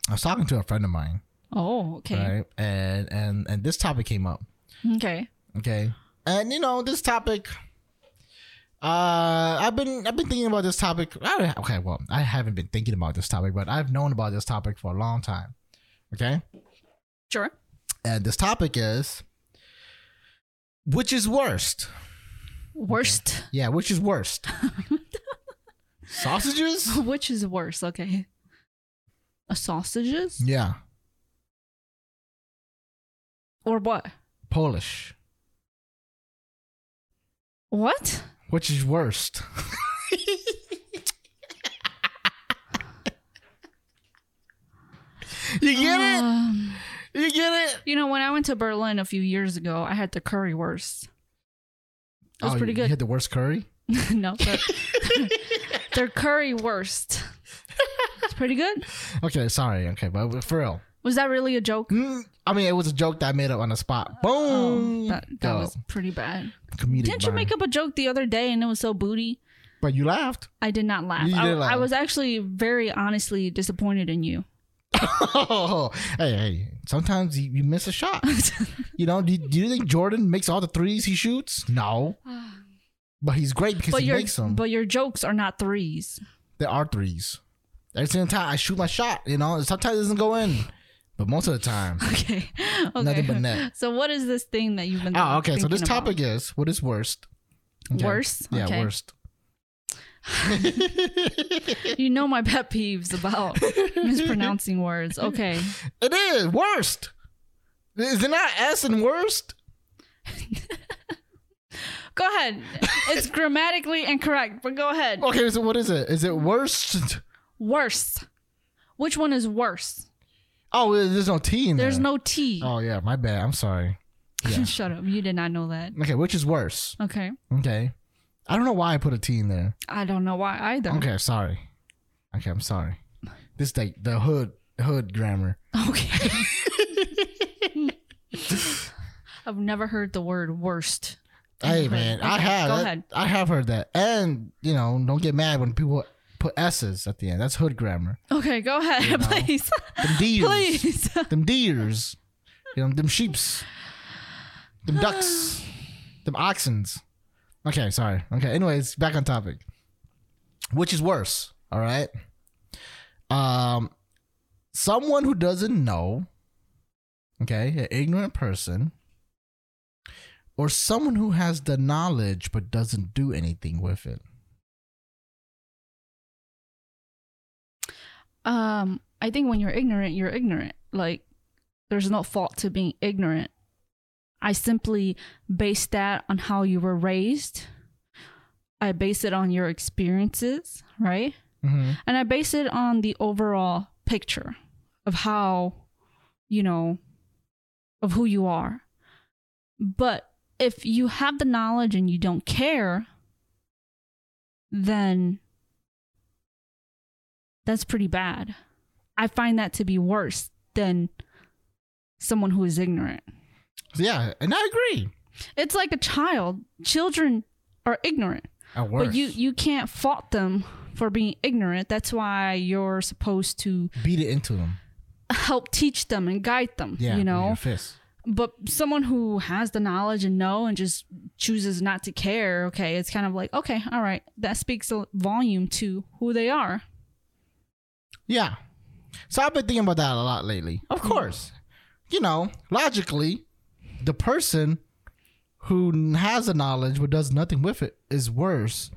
Speaker 2: I was talking to a friend of mine,
Speaker 1: Oh, okay.
Speaker 2: right? And and and this topic came up.
Speaker 1: Okay.
Speaker 2: Okay. And you know, this topic uh I've been I've been thinking about this topic. I, okay, well, I haven't been thinking about this topic, but I've known about this topic for a long time. Okay?
Speaker 1: Sure.
Speaker 2: And this topic is which is worst?
Speaker 1: Worst.
Speaker 2: Yeah, which is worst? Sausages?
Speaker 1: [LAUGHS] Which is worse? Okay. A sausages
Speaker 2: Yeah,
Speaker 1: or what?
Speaker 2: Polish.
Speaker 1: What?
Speaker 2: Which is worst? [LAUGHS] you get it?
Speaker 1: Um,
Speaker 2: You get it?
Speaker 1: you know, when I went to Berlin a few years ago, I had the currywurst. It was
Speaker 2: Oh,
Speaker 1: pretty
Speaker 2: you-
Speaker 1: good.
Speaker 2: You had the worst curry?
Speaker 1: [LAUGHS] no, their, their currywurst. It's pretty good.
Speaker 2: Okay, sorry. Okay, but for real.
Speaker 1: Was that really a joke?
Speaker 2: Mm, I mean, it was a joke that I made up on the spot. Boom.
Speaker 1: Oh, that that
Speaker 2: Go.
Speaker 1: was pretty bad.
Speaker 2: comedic.
Speaker 1: Didn't you make up a joke the other day and it was so booty?
Speaker 2: But you laughed. [LAUGHS]
Speaker 1: I did not laugh.
Speaker 2: You
Speaker 1: I,
Speaker 2: did laugh.
Speaker 1: I was actually very honestly disappointed in you. [LAUGHS]
Speaker 2: hey, hey. Sometimes you, you miss a shot. you know, do, do you think Jordan makes all the threes he shoots? No. But he's great because
Speaker 1: but
Speaker 2: he
Speaker 1: your
Speaker 2: makes them.
Speaker 1: but your jokes are not threes. [LAUGHS]
Speaker 2: there are threes. Every single time I shoot my shot, you know, and sometimes it doesn't go in. but most of the time,
Speaker 1: Okay. okay.
Speaker 2: nothing but
Speaker 1: [LAUGHS]
Speaker 2: net.
Speaker 1: So what is this thing that you've been?
Speaker 2: Oh, okay. So this
Speaker 1: thinking about?
Speaker 2: topic is what is worst? Okay.
Speaker 1: worse.
Speaker 2: Yeah,
Speaker 1: okay. [LAUGHS]
Speaker 2: worst. [LAUGHS]
Speaker 1: You know my pet peeves
Speaker 2: [LAUGHS]
Speaker 1: about mispronouncing words. Okay.
Speaker 2: It is worst. Is it not S and worst?
Speaker 1: Go ahead. It's grammatically incorrect, but go ahead.
Speaker 2: Okay, so what is it? Is it worst?
Speaker 1: Worse. Which one is worse?
Speaker 2: Oh, there's no T in
Speaker 1: There's
Speaker 2: there.
Speaker 1: no T. [LAUGHS]
Speaker 2: Oh yeah, my bad. I'm sorry.
Speaker 1: Shut up. You did not know that.
Speaker 2: Okay, which is worse?
Speaker 1: Okay.
Speaker 2: Okay, I don't know why I put a T in there.
Speaker 1: I don't know why either. Okay.
Speaker 2: Okay, sorry. Okay, I'm sorry. This like the hood hood grammar.
Speaker 1: I've never heard the word worst.
Speaker 2: Hey man, I
Speaker 1: Okay,
Speaker 2: have
Speaker 1: go
Speaker 2: that-
Speaker 1: ahead.
Speaker 2: I have heard that, and you know, don't get mad when people put s's at the end. That's hood grammar.
Speaker 1: Okay, go ahead,
Speaker 2: know.
Speaker 1: [LAUGHS] please.
Speaker 2: Them deers,
Speaker 1: [LAUGHS] please.
Speaker 2: them deers, you know, them sheeps, them
Speaker 1: [SIGHS]
Speaker 2: ducks, them oxens. Okay, sorry. Okay, anyways, back on topic. Which is worse? All right. Um, someone who doesn't know, okay, an ignorant person, or someone who has the knowledge but doesn't do anything with it.
Speaker 1: Um, I think when you're ignorant, you're ignorant. Like, there's no fault to being ignorant. I simply base that on how you were raised. I base it on your experiences, right?
Speaker 2: Mm-hmm.
Speaker 1: And I base it on the overall picture of how, you know, of who you are. But if you have the knowledge and you don't care, then that's pretty bad. I find that to be worse than someone who is ignorant.
Speaker 2: Yeah, and I agree.
Speaker 1: It's like a child. Children are ignorant.
Speaker 2: At worst,
Speaker 1: But you you can't fault them for being ignorant. That's why you're supposed to
Speaker 2: beat it into them.
Speaker 1: help teach them and guide them.
Speaker 2: Yeah,
Speaker 1: you
Speaker 2: with
Speaker 1: know.
Speaker 2: your fist.
Speaker 1: But someone who has the knowledge and know and just chooses not to care, okay, it's kind of like okay, all right, that speaks a volume to who they are.
Speaker 2: Yeah. So I've been thinking about that a lot lately. Of course. You know, logically, the person who has the knowledge but does nothing with it is worse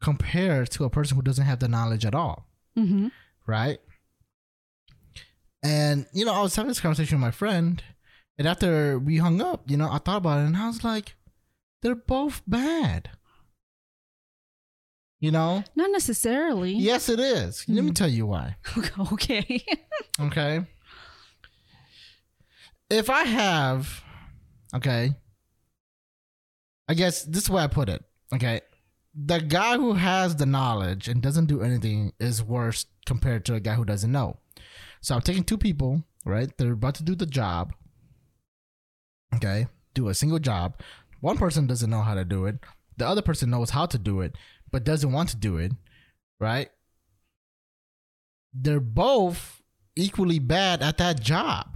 Speaker 2: compared to a person who doesn't have the knowledge at all,
Speaker 1: Mm-hmm.
Speaker 2: right? And, you know, I was having this conversation with my friend, and after we hung up, you know, I thought about it and I was like, they're both bad. You know?
Speaker 1: Not necessarily.
Speaker 2: Yes, it is. Let me tell you why.
Speaker 1: [LAUGHS] okay. [LAUGHS]
Speaker 2: Okay. If I have, okay, I guess this is the way I put it. Okay. The guy who has the knowledge and doesn't do anything is worse compared to a guy who doesn't know. So I'm taking two people, right? They're about to do the job. Okay. Do a single job. One person doesn't know how to do it. The other person knows how to do it, but doesn't want to do it, right? They're both equally bad at that job.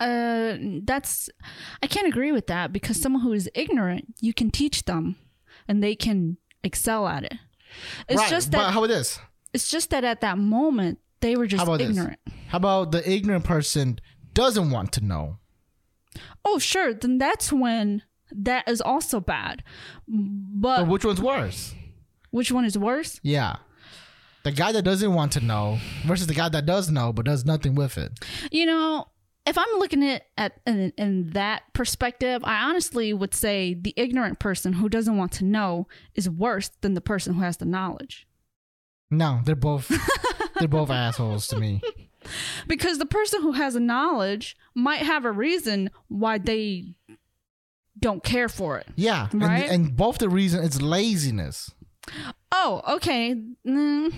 Speaker 1: uh that's i can't agree with that because someone who is ignorant you can teach them and they can excel at it it's
Speaker 2: right.
Speaker 1: just
Speaker 2: but
Speaker 1: that
Speaker 2: how about this?
Speaker 1: it's just that at that moment they were just
Speaker 2: How about this?
Speaker 1: ignorant
Speaker 2: How about the ignorant person doesn't want to know?
Speaker 1: oh sure then that's when that is also bad but,
Speaker 2: But which one's worse?
Speaker 1: which one is worse
Speaker 2: Yeah. The guy that doesn't want to know versus the guy that does know but does nothing with it.
Speaker 1: you know if i'm looking at at in, in that perspective i honestly would say the ignorant person who doesn't want to know is worse than the person who has the knowledge
Speaker 2: No, they're
Speaker 1: [LAUGHS]
Speaker 2: both they're both assholes to me.
Speaker 1: because the person who has a knowledge might have a reason why they don't care for it.
Speaker 2: Yeah. and-
Speaker 1: Right?
Speaker 2: And, both the reason is laziness.
Speaker 1: Oh, okay. Mm,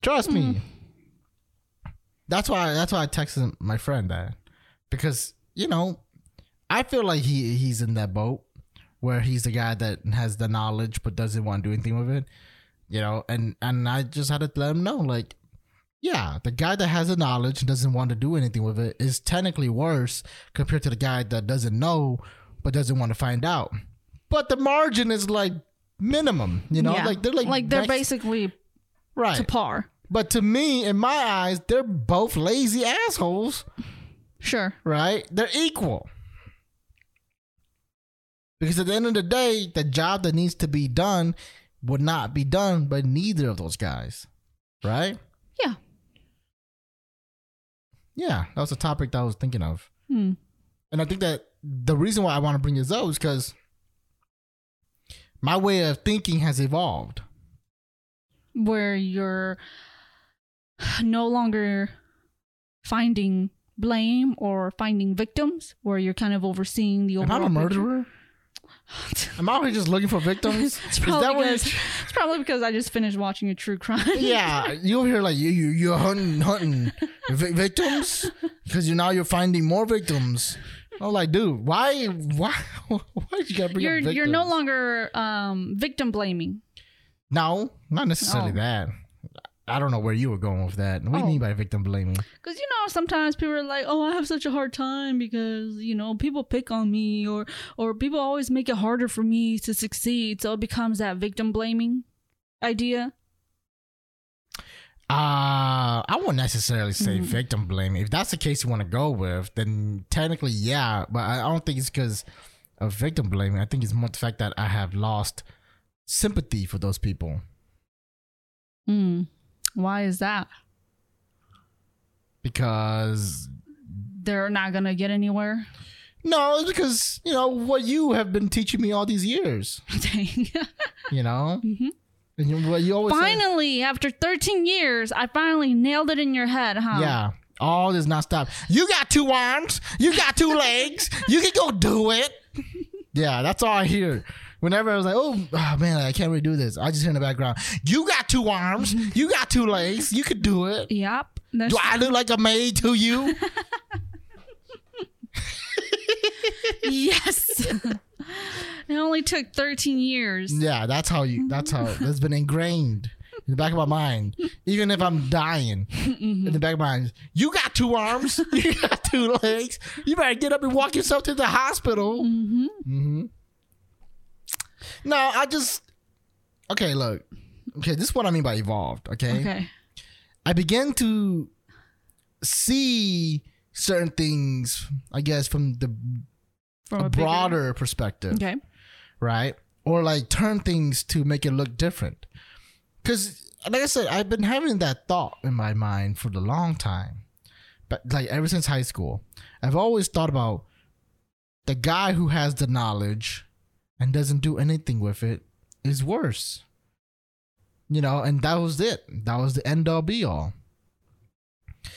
Speaker 2: Trust me. Mm-hmm. That's why that's why I texted my friend that. Because, you know, I feel like he he's in that boat where he's the guy that has the knowledge but doesn't want to do anything with it. You know, and and I just had to let him know like yeah, the guy that has the knowledge and doesn't want to do anything with it is technically worse compared to the guy that doesn't know but doesn't want to find out. But the margin is like minimum, you know?
Speaker 1: yeah.
Speaker 2: Like they're like
Speaker 1: they're
Speaker 2: next-
Speaker 1: basically
Speaker 2: Right.
Speaker 1: to par.
Speaker 2: but to me, in my eyes, they're both lazy assholes.
Speaker 1: Sure.
Speaker 2: right? They're equal. Because at the end of the day, the job that needs to be done would not be done by neither of those guys, right?
Speaker 1: Yeah.
Speaker 2: Yeah, that was a topic that I was thinking of.
Speaker 1: Hmm.
Speaker 2: And I think that the reason why I want to bring this up is because my way of thinking has evolved.
Speaker 1: Where you're no longer finding blame or finding victims, where you're kind of overseeing the
Speaker 2: Am
Speaker 1: overall.
Speaker 2: I a murderer?
Speaker 1: picture.
Speaker 2: Am I out here just looking for victims?
Speaker 1: [LAUGHS] it's, probably
Speaker 2: that what
Speaker 1: because,
Speaker 2: you-
Speaker 1: it's probably because I just finished watching a true crime. [LAUGHS]
Speaker 2: yeah, you over here like you you you're hunting hunting vi- victims because you now you're finding more victims. I'm like, dude, why why [LAUGHS] why did you gotta bring
Speaker 1: you're
Speaker 2: up victims?
Speaker 1: you're no longer um, victim blaming.
Speaker 2: no, not necessarily
Speaker 1: Oh.
Speaker 2: that. I don't know where you were going with that. What do you
Speaker 1: Oh.
Speaker 2: mean by victim blaming?
Speaker 1: Because, you know, sometimes people are like, oh, I have such a hard time because, you know, people pick on me or, or people always make it harder for me to succeed. So it becomes that victim blaming idea.
Speaker 2: Uh I wouldn't necessarily say
Speaker 1: Mhm.
Speaker 2: victim blaming. If that's the case you want to go with, then technically yeah, but I I don't think it's because of victim blaming. I think it's more the fact that I have lost sympathy for those people.
Speaker 1: Hmm. Why is that?
Speaker 2: because
Speaker 1: They're not going to get anywhere. [LAUGHS]
Speaker 2: no, it's because you know what you have been teaching me all these years.
Speaker 1: Dang.
Speaker 2: You know,
Speaker 1: Mhm.
Speaker 2: and you, what you always say-
Speaker 1: finally, after 13 years, I finally nailed it in your head, huh?
Speaker 2: yeah. All does not stop. You got two arms. You got two legs. You can go do it. Yeah, that's all I hear. Whenever I was like, oh, ah, man, I can't really do this. I just hear in the background, you got two arms. You got two legs. You could do it.
Speaker 1: Yep. That's
Speaker 2: Do I look like a maid to you?
Speaker 1: [LAUGHS] yes. [LAUGHS] it only took 13 years.
Speaker 2: Yeah, that's how you. That's how that's been ingrained in the back of my mind. Even if I'm dying, in the back of my mind, you got two arms, [LAUGHS] you got two legs. You better get up and walk yourself to the hospital. Mm-hmm. No, I just. Okay, look. Okay, this is what I mean by evolved. Okay,
Speaker 1: Okay.
Speaker 2: I began to see certain things, I guess, from the
Speaker 1: From
Speaker 2: a
Speaker 1: bigger-
Speaker 2: broader perspective
Speaker 1: Okay.
Speaker 2: right? Or like turn things to make it look different. Because, like I said, I've been having that thought in my mind for the long time, but like ever since high school, I've always thought about the guy who has the knowledge and doesn't do anything with it is worse. You know, and that was it. That was the end all be all.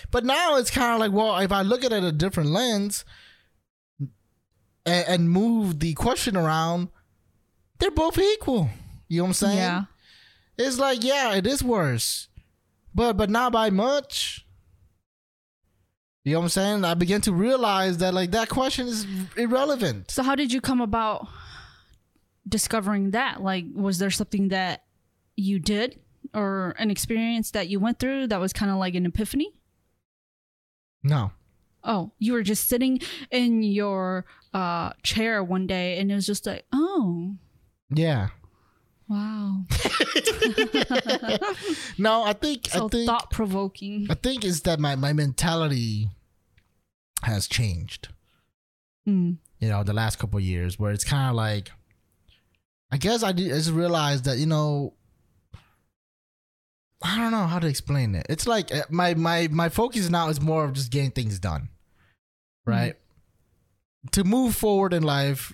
Speaker 2: But now it's kind of like, well, if I look at it a different lens and, and move the question around, they're both equal. You know what I'm saying?
Speaker 1: Yeah.
Speaker 2: It's like, yeah, it is worse, but but not by much. You know what I'm saying? I began to realize that like that question is irrelevant.
Speaker 1: So how did you come about discovering that? Like was there something that you did or an experience that you went through that was kind of like an epiphany?
Speaker 2: No.
Speaker 1: Oh, you were just sitting in your uh chair one day and it was just like, "Oh,
Speaker 2: Yeah. [LAUGHS]
Speaker 1: wow."
Speaker 2: No, I think
Speaker 1: So
Speaker 2: I think
Speaker 1: thought-provoking.
Speaker 2: I think it's that my, my mentality has changed.
Speaker 1: Mm.
Speaker 2: you know, the last couple of years where it's kind of like, I guess I, did, I just realized that, you know, I don't know how to explain it. It's like uh, my, my, my focus now is more of just getting things done,
Speaker 1: Mm-hmm.
Speaker 2: right? To move forward in life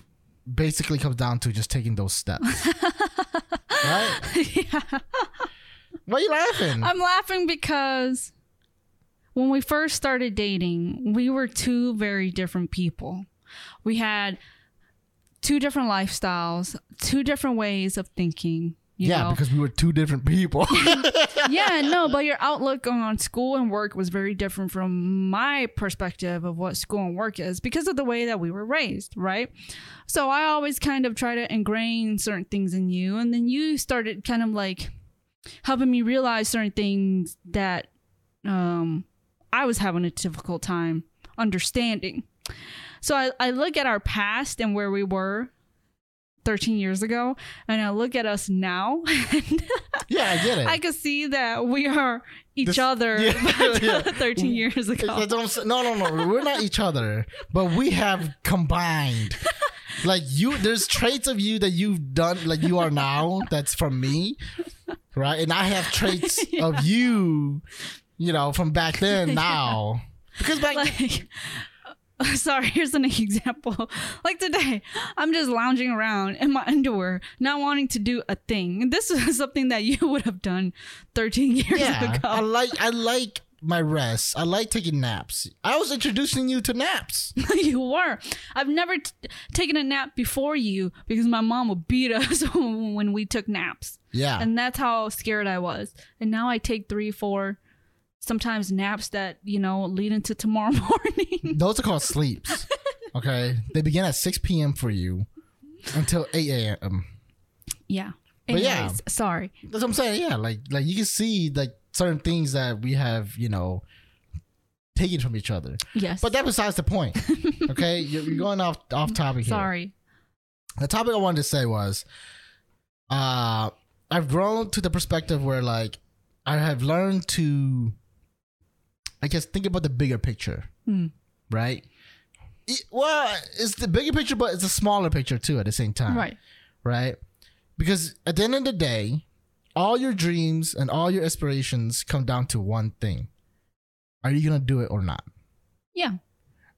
Speaker 2: basically comes down to just taking those steps,
Speaker 1: [LAUGHS]
Speaker 2: right?
Speaker 1: [LAUGHS] yeah.
Speaker 2: Why are you laughing?
Speaker 1: I'm laughing because when we first started dating, we were two very different people. We had two different lifestyles, two different ways of thinking. You
Speaker 2: yeah,
Speaker 1: know?
Speaker 2: because we were two different people. [LAUGHS]
Speaker 1: [LAUGHS] yeah, no, but your outlook on school and work was very different from my perspective of what school and work is because of the way that we were raised, right? So I always kind of try to ingrain certain things in you, and then you started kind of like helping me realize certain things that um, I was having a difficult time understanding. So I, I look at our past and where we were 13 years ago and I look at us now [LAUGHS] and
Speaker 2: Yeah, I get it.
Speaker 1: I could see that we are each
Speaker 2: This-
Speaker 1: other
Speaker 2: [LAUGHS]
Speaker 1: [LAUGHS]
Speaker 2: yeah,
Speaker 1: back
Speaker 2: yeah. Mm.
Speaker 1: 13 years ago.
Speaker 2: That's what I'm sa- no, no, no. We're not each other, but we have combined. Like you, there's traits of you that you've done, like you are now. That's from me, right? And I have
Speaker 1: [LAUGHS]
Speaker 2: traits of you, you know, from back then. Now, because back
Speaker 1: [LAUGHS] like [LAUGHS] sorry here's an [LAUGHS] example like today i'm just lounging around in my underwear not wanting to do a thing And this is [LAUGHS] something that you would have done 13 [LAUGHS] years
Speaker 2: yeah, I
Speaker 1: ago
Speaker 2: like I like my rest. I like taking naps. I was introducing you to naps.
Speaker 1: you were i've never t- taken a nap before you because my mom would beat us [LAUGHS] when we took naps
Speaker 2: Yeah,
Speaker 1: and that's how scared i was and now i take three four sometimes naps that you know lead into tomorrow [LAUGHS] morning
Speaker 2: Those are called
Speaker 1: [LAUGHS]
Speaker 2: sleeps. Okay. they begin at 6 p.m. for you until 8 a.m.
Speaker 1: yeah
Speaker 2: But
Speaker 1: Anyways,
Speaker 2: yeah.
Speaker 1: sorry
Speaker 2: That's what I'm saying. Yeah. Like, like you can see like certain things that we have, you know, taken from each other.
Speaker 1: yes
Speaker 2: But that besides the
Speaker 1: [LAUGHS]
Speaker 2: point. Okay. you're, you're going off, off topic here.
Speaker 1: sorry
Speaker 2: The topic I wanted to say was, uh, I've grown to the perspective where like I have learned to, I guess, think about the bigger picture.
Speaker 1: Hmm.
Speaker 2: right? It- well, it's the bigger picture, but it's a smaller picture too at the same time,
Speaker 1: right Ah.
Speaker 2: Right? Because at the end of the day, all your dreams and all your aspirations come down to one thing: Are you gonna do it or not?
Speaker 1: yeah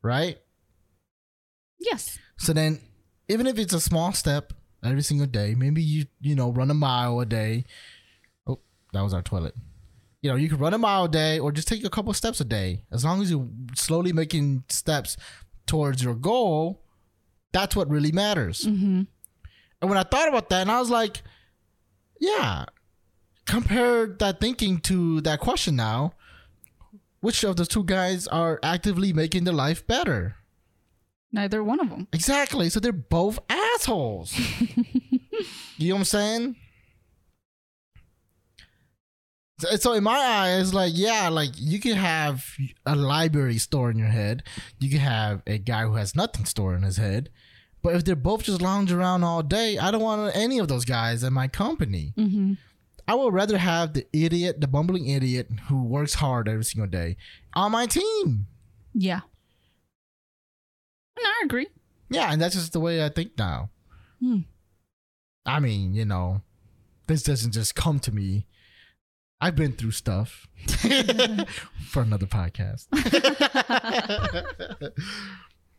Speaker 2: Right?
Speaker 1: Yes.
Speaker 2: So then, even if it's a small step every single day, maybe you you know run a mile a day. Oh, that was our toilet. You know, you could run a mile a day, or just take a couple steps a day. As long as you're slowly making steps towards your goal, that's what really matters.
Speaker 1: Mm-hmm.
Speaker 2: And when I thought about that, and I was like, yeah, compare that thinking to that question now. Which of the two guys are actively making their life better?
Speaker 1: Neither one of them.
Speaker 2: Exactly. So they're both assholes. you know what I'm saying? So- So in my eyes, like yeah, like you could have a library store in your head. You could have a guy who has nothing store in his head. But if they're both just lounge around all day, I don't want any of those guys in my company.
Speaker 1: Mm-hmm.
Speaker 2: I would rather have the idiot, the bumbling idiot who works hard every single day on my team.
Speaker 1: Yeah. No, I agree.
Speaker 2: Yeah, and that's just the way I think now.
Speaker 1: Hmm.
Speaker 2: I mean, you know, this doesn't just come to me. I've been through stuff for another podcast.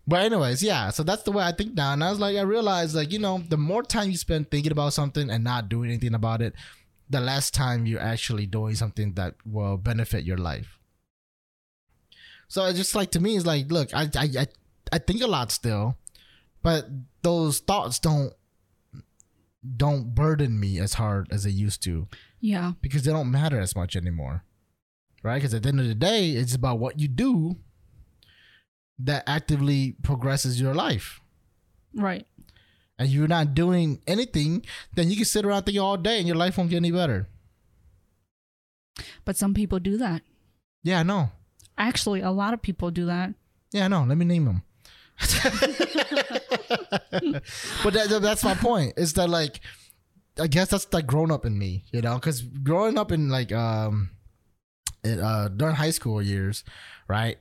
Speaker 2: but anyways, yeah, so that's the way I think now. And I was like, I realized like, you know, the more time you spend thinking about something and not doing anything about it, the less time you're actually doing something that will benefit your life. So it's just like to me, it's like, look, I I I, I think a lot still, but those thoughts don't don't burden me as hard as they used to
Speaker 1: Yeah.
Speaker 2: because they don't matter as much anymore. Right? Because at the end of the day, it's about what you do that actively progresses your life.
Speaker 1: Right.
Speaker 2: And you're not doing anything, then you can sit around thinking all day and your life won't get any better.
Speaker 1: But some people do that.
Speaker 2: Yeah, I know.
Speaker 1: Actually, a lot of people do that.
Speaker 2: Yeah, I know. Let me name them. but that, that- that's my point. Is that like, I guess that's like grown up in me, you know? Because growing up in like um, in, uh, during high school years, right?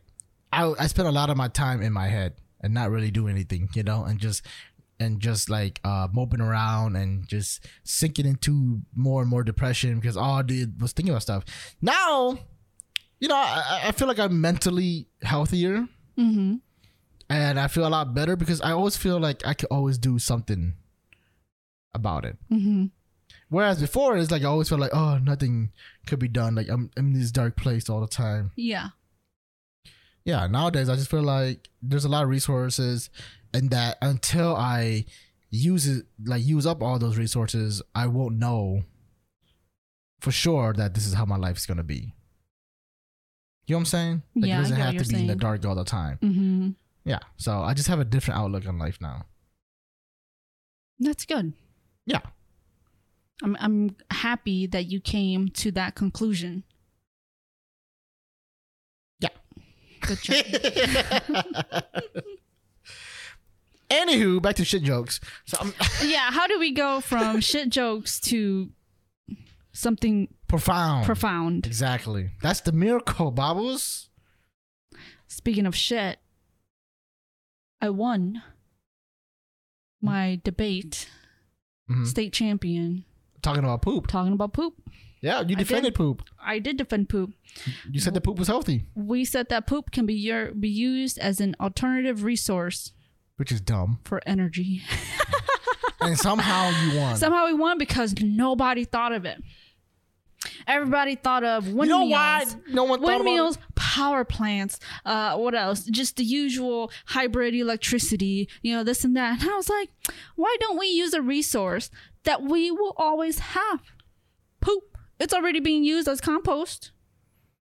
Speaker 2: I I spent a lot of my time in my head and not really doing anything, you know, and just and just like uh moping around and just sinking into more and more depression because all I did was thinking about stuff. Now, you know, I, I- I feel like I'm mentally healthier
Speaker 1: Mm-hmm.
Speaker 2: and I feel a lot better because I always feel like I could always do something about it.
Speaker 1: Mm-hmm.
Speaker 2: Whereas before, it's like I always felt like, oh, nothing could be done. Like I'm, I'm in this dark place all the time.
Speaker 1: Yeah.
Speaker 2: Yeah, nowadays I just feel like there's a lot of resources, and that until I use it, like use up all those resources, I won't know for sure that this is how my life's gonna be. You know what I'm saying? Like
Speaker 1: Yeah, I
Speaker 2: it doesn't
Speaker 1: get what
Speaker 2: have to
Speaker 1: you're
Speaker 2: be in the
Speaker 1: saying.
Speaker 2: dark all the time.
Speaker 1: Mm-hmm.
Speaker 2: Yeah. So I just have a different outlook on life now.
Speaker 1: That's good.
Speaker 2: Yeah.
Speaker 1: I'm I'm happy that you came to that conclusion.
Speaker 2: Yeah. [LAUGHS]
Speaker 1: Good job.
Speaker 2: [LAUGHS] Anywho, back to shit jokes. So I'm [LAUGHS]
Speaker 1: yeah, how do we go from shit jokes to something
Speaker 2: profound.
Speaker 1: profound?
Speaker 2: exactly. That's the miracle, Babus.
Speaker 1: Speaking of shit, I won my debate
Speaker 2: Mhm.
Speaker 1: state champion
Speaker 2: Talking about poop.
Speaker 1: talking about poop.
Speaker 2: Yeah, you defended poop.
Speaker 1: I did defend poop.
Speaker 2: You said the poop was healthy,
Speaker 1: We said that poop can be your, be used as an alternative resource
Speaker 2: which is dumb.
Speaker 1: for energy.
Speaker 2: And somehow
Speaker 1: [LAUGHS]
Speaker 2: you won.
Speaker 1: Somehow we won because nobody thought of it. Everybody thought of
Speaker 2: you know
Speaker 1: windmills,
Speaker 2: why no one thought about
Speaker 1: windmills, power plants, uh, what else? Just the usual hybrid electricity, you know, this and that. And I was like, why don't we use a resource that we will always have? Poop. It's already being used as compost.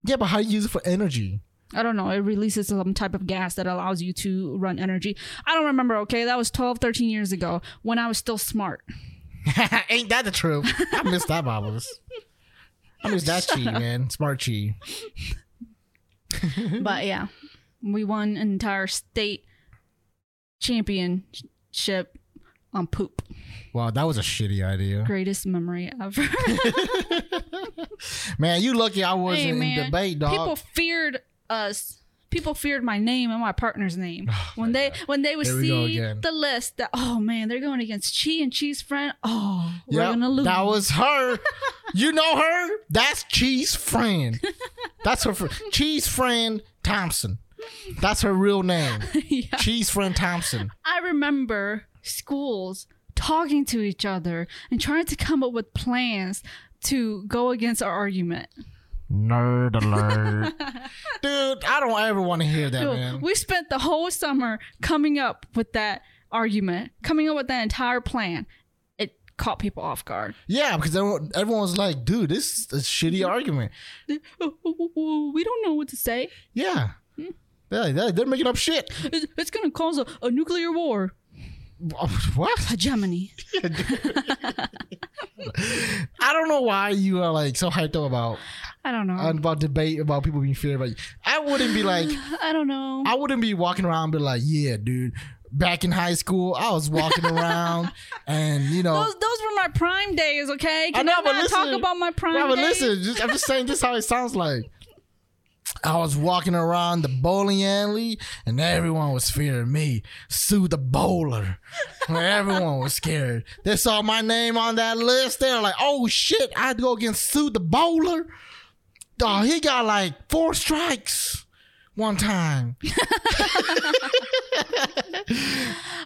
Speaker 2: it? Yeah, but how do you use it for energy? [LAUGHS]
Speaker 1: I don't know. It releases some type of gas that allows you to run energy. I don't remember, okay? That was 12, 13 years ago when I was still smart.
Speaker 2: Ain't that the truth? I miss that, Babus. I miss that
Speaker 1: [LAUGHS]
Speaker 2: chi, man. Smart chi.
Speaker 1: but yeah, we won an entire state championship on poop.
Speaker 2: Wow, that was a shitty idea.
Speaker 1: Greatest memory ever.
Speaker 2: Man, you lucky I wasn't
Speaker 1: Hey,
Speaker 2: in
Speaker 1: man.
Speaker 2: debate, dog.
Speaker 1: People feared us. People feared my name and my partner's
Speaker 2: [SIGHS]
Speaker 1: name when they when they would
Speaker 2: Here we go
Speaker 1: see
Speaker 2: again.
Speaker 1: the list that oh man they're going against Chi and Chi's friend oh
Speaker 2: Yep,
Speaker 1: we're gonna lose
Speaker 2: That was her. you know her? That's Cheese friend. That's
Speaker 1: [LAUGHS]
Speaker 2: her friend. Cheese friend Thompson. That's her real name.
Speaker 1: [LAUGHS] Yeah.
Speaker 2: Cheese friend Thompson.
Speaker 1: I remember schools talking to each other and trying to come up with plans to go against our argument
Speaker 2: Nerd
Speaker 1: [LAUGHS]
Speaker 2: alert. Dude, I don't ever want to hear that,
Speaker 1: Yo,
Speaker 2: man.
Speaker 1: We spent the whole summer coming up with that argument, coming up with that entire plan. It caught people off guard.
Speaker 2: Yeah, because everyone, everyone was like, dude, this is a
Speaker 1: Mm-hmm.
Speaker 2: shitty argument.
Speaker 1: We oh, don't know what to say.
Speaker 2: Yeah.
Speaker 1: Mm-hmm.
Speaker 2: They're, like- they're, they're making up shit. [LAUGHS]
Speaker 1: It's, it's going to cause a, a nuclear war.
Speaker 2: What?
Speaker 1: Hegemony.
Speaker 2: I don't know why you are like so hyped up about
Speaker 1: I don't know.
Speaker 2: about debate about people being feared about you. I wouldn't be like
Speaker 1: I don't know.
Speaker 2: I wouldn't be walking around and be like, yeah, dude. Back in high school, I was walking around
Speaker 1: [LAUGHS]
Speaker 2: and you know.
Speaker 1: Those, those were my prime days, okay? Can
Speaker 2: know,
Speaker 1: I,
Speaker 2: but
Speaker 1: not
Speaker 2: listen-
Speaker 1: talk about my prime
Speaker 2: yeah, but
Speaker 1: days?
Speaker 2: listen, just, I'm just saying this is how it sounds like. I was walking around the bowling alley and everyone was fearing me. Sue the bowler. everyone was scared. They saw my name on that list. They're like, oh shit, I had to go against Sue the bowler. Dog, he got like four strikes one time.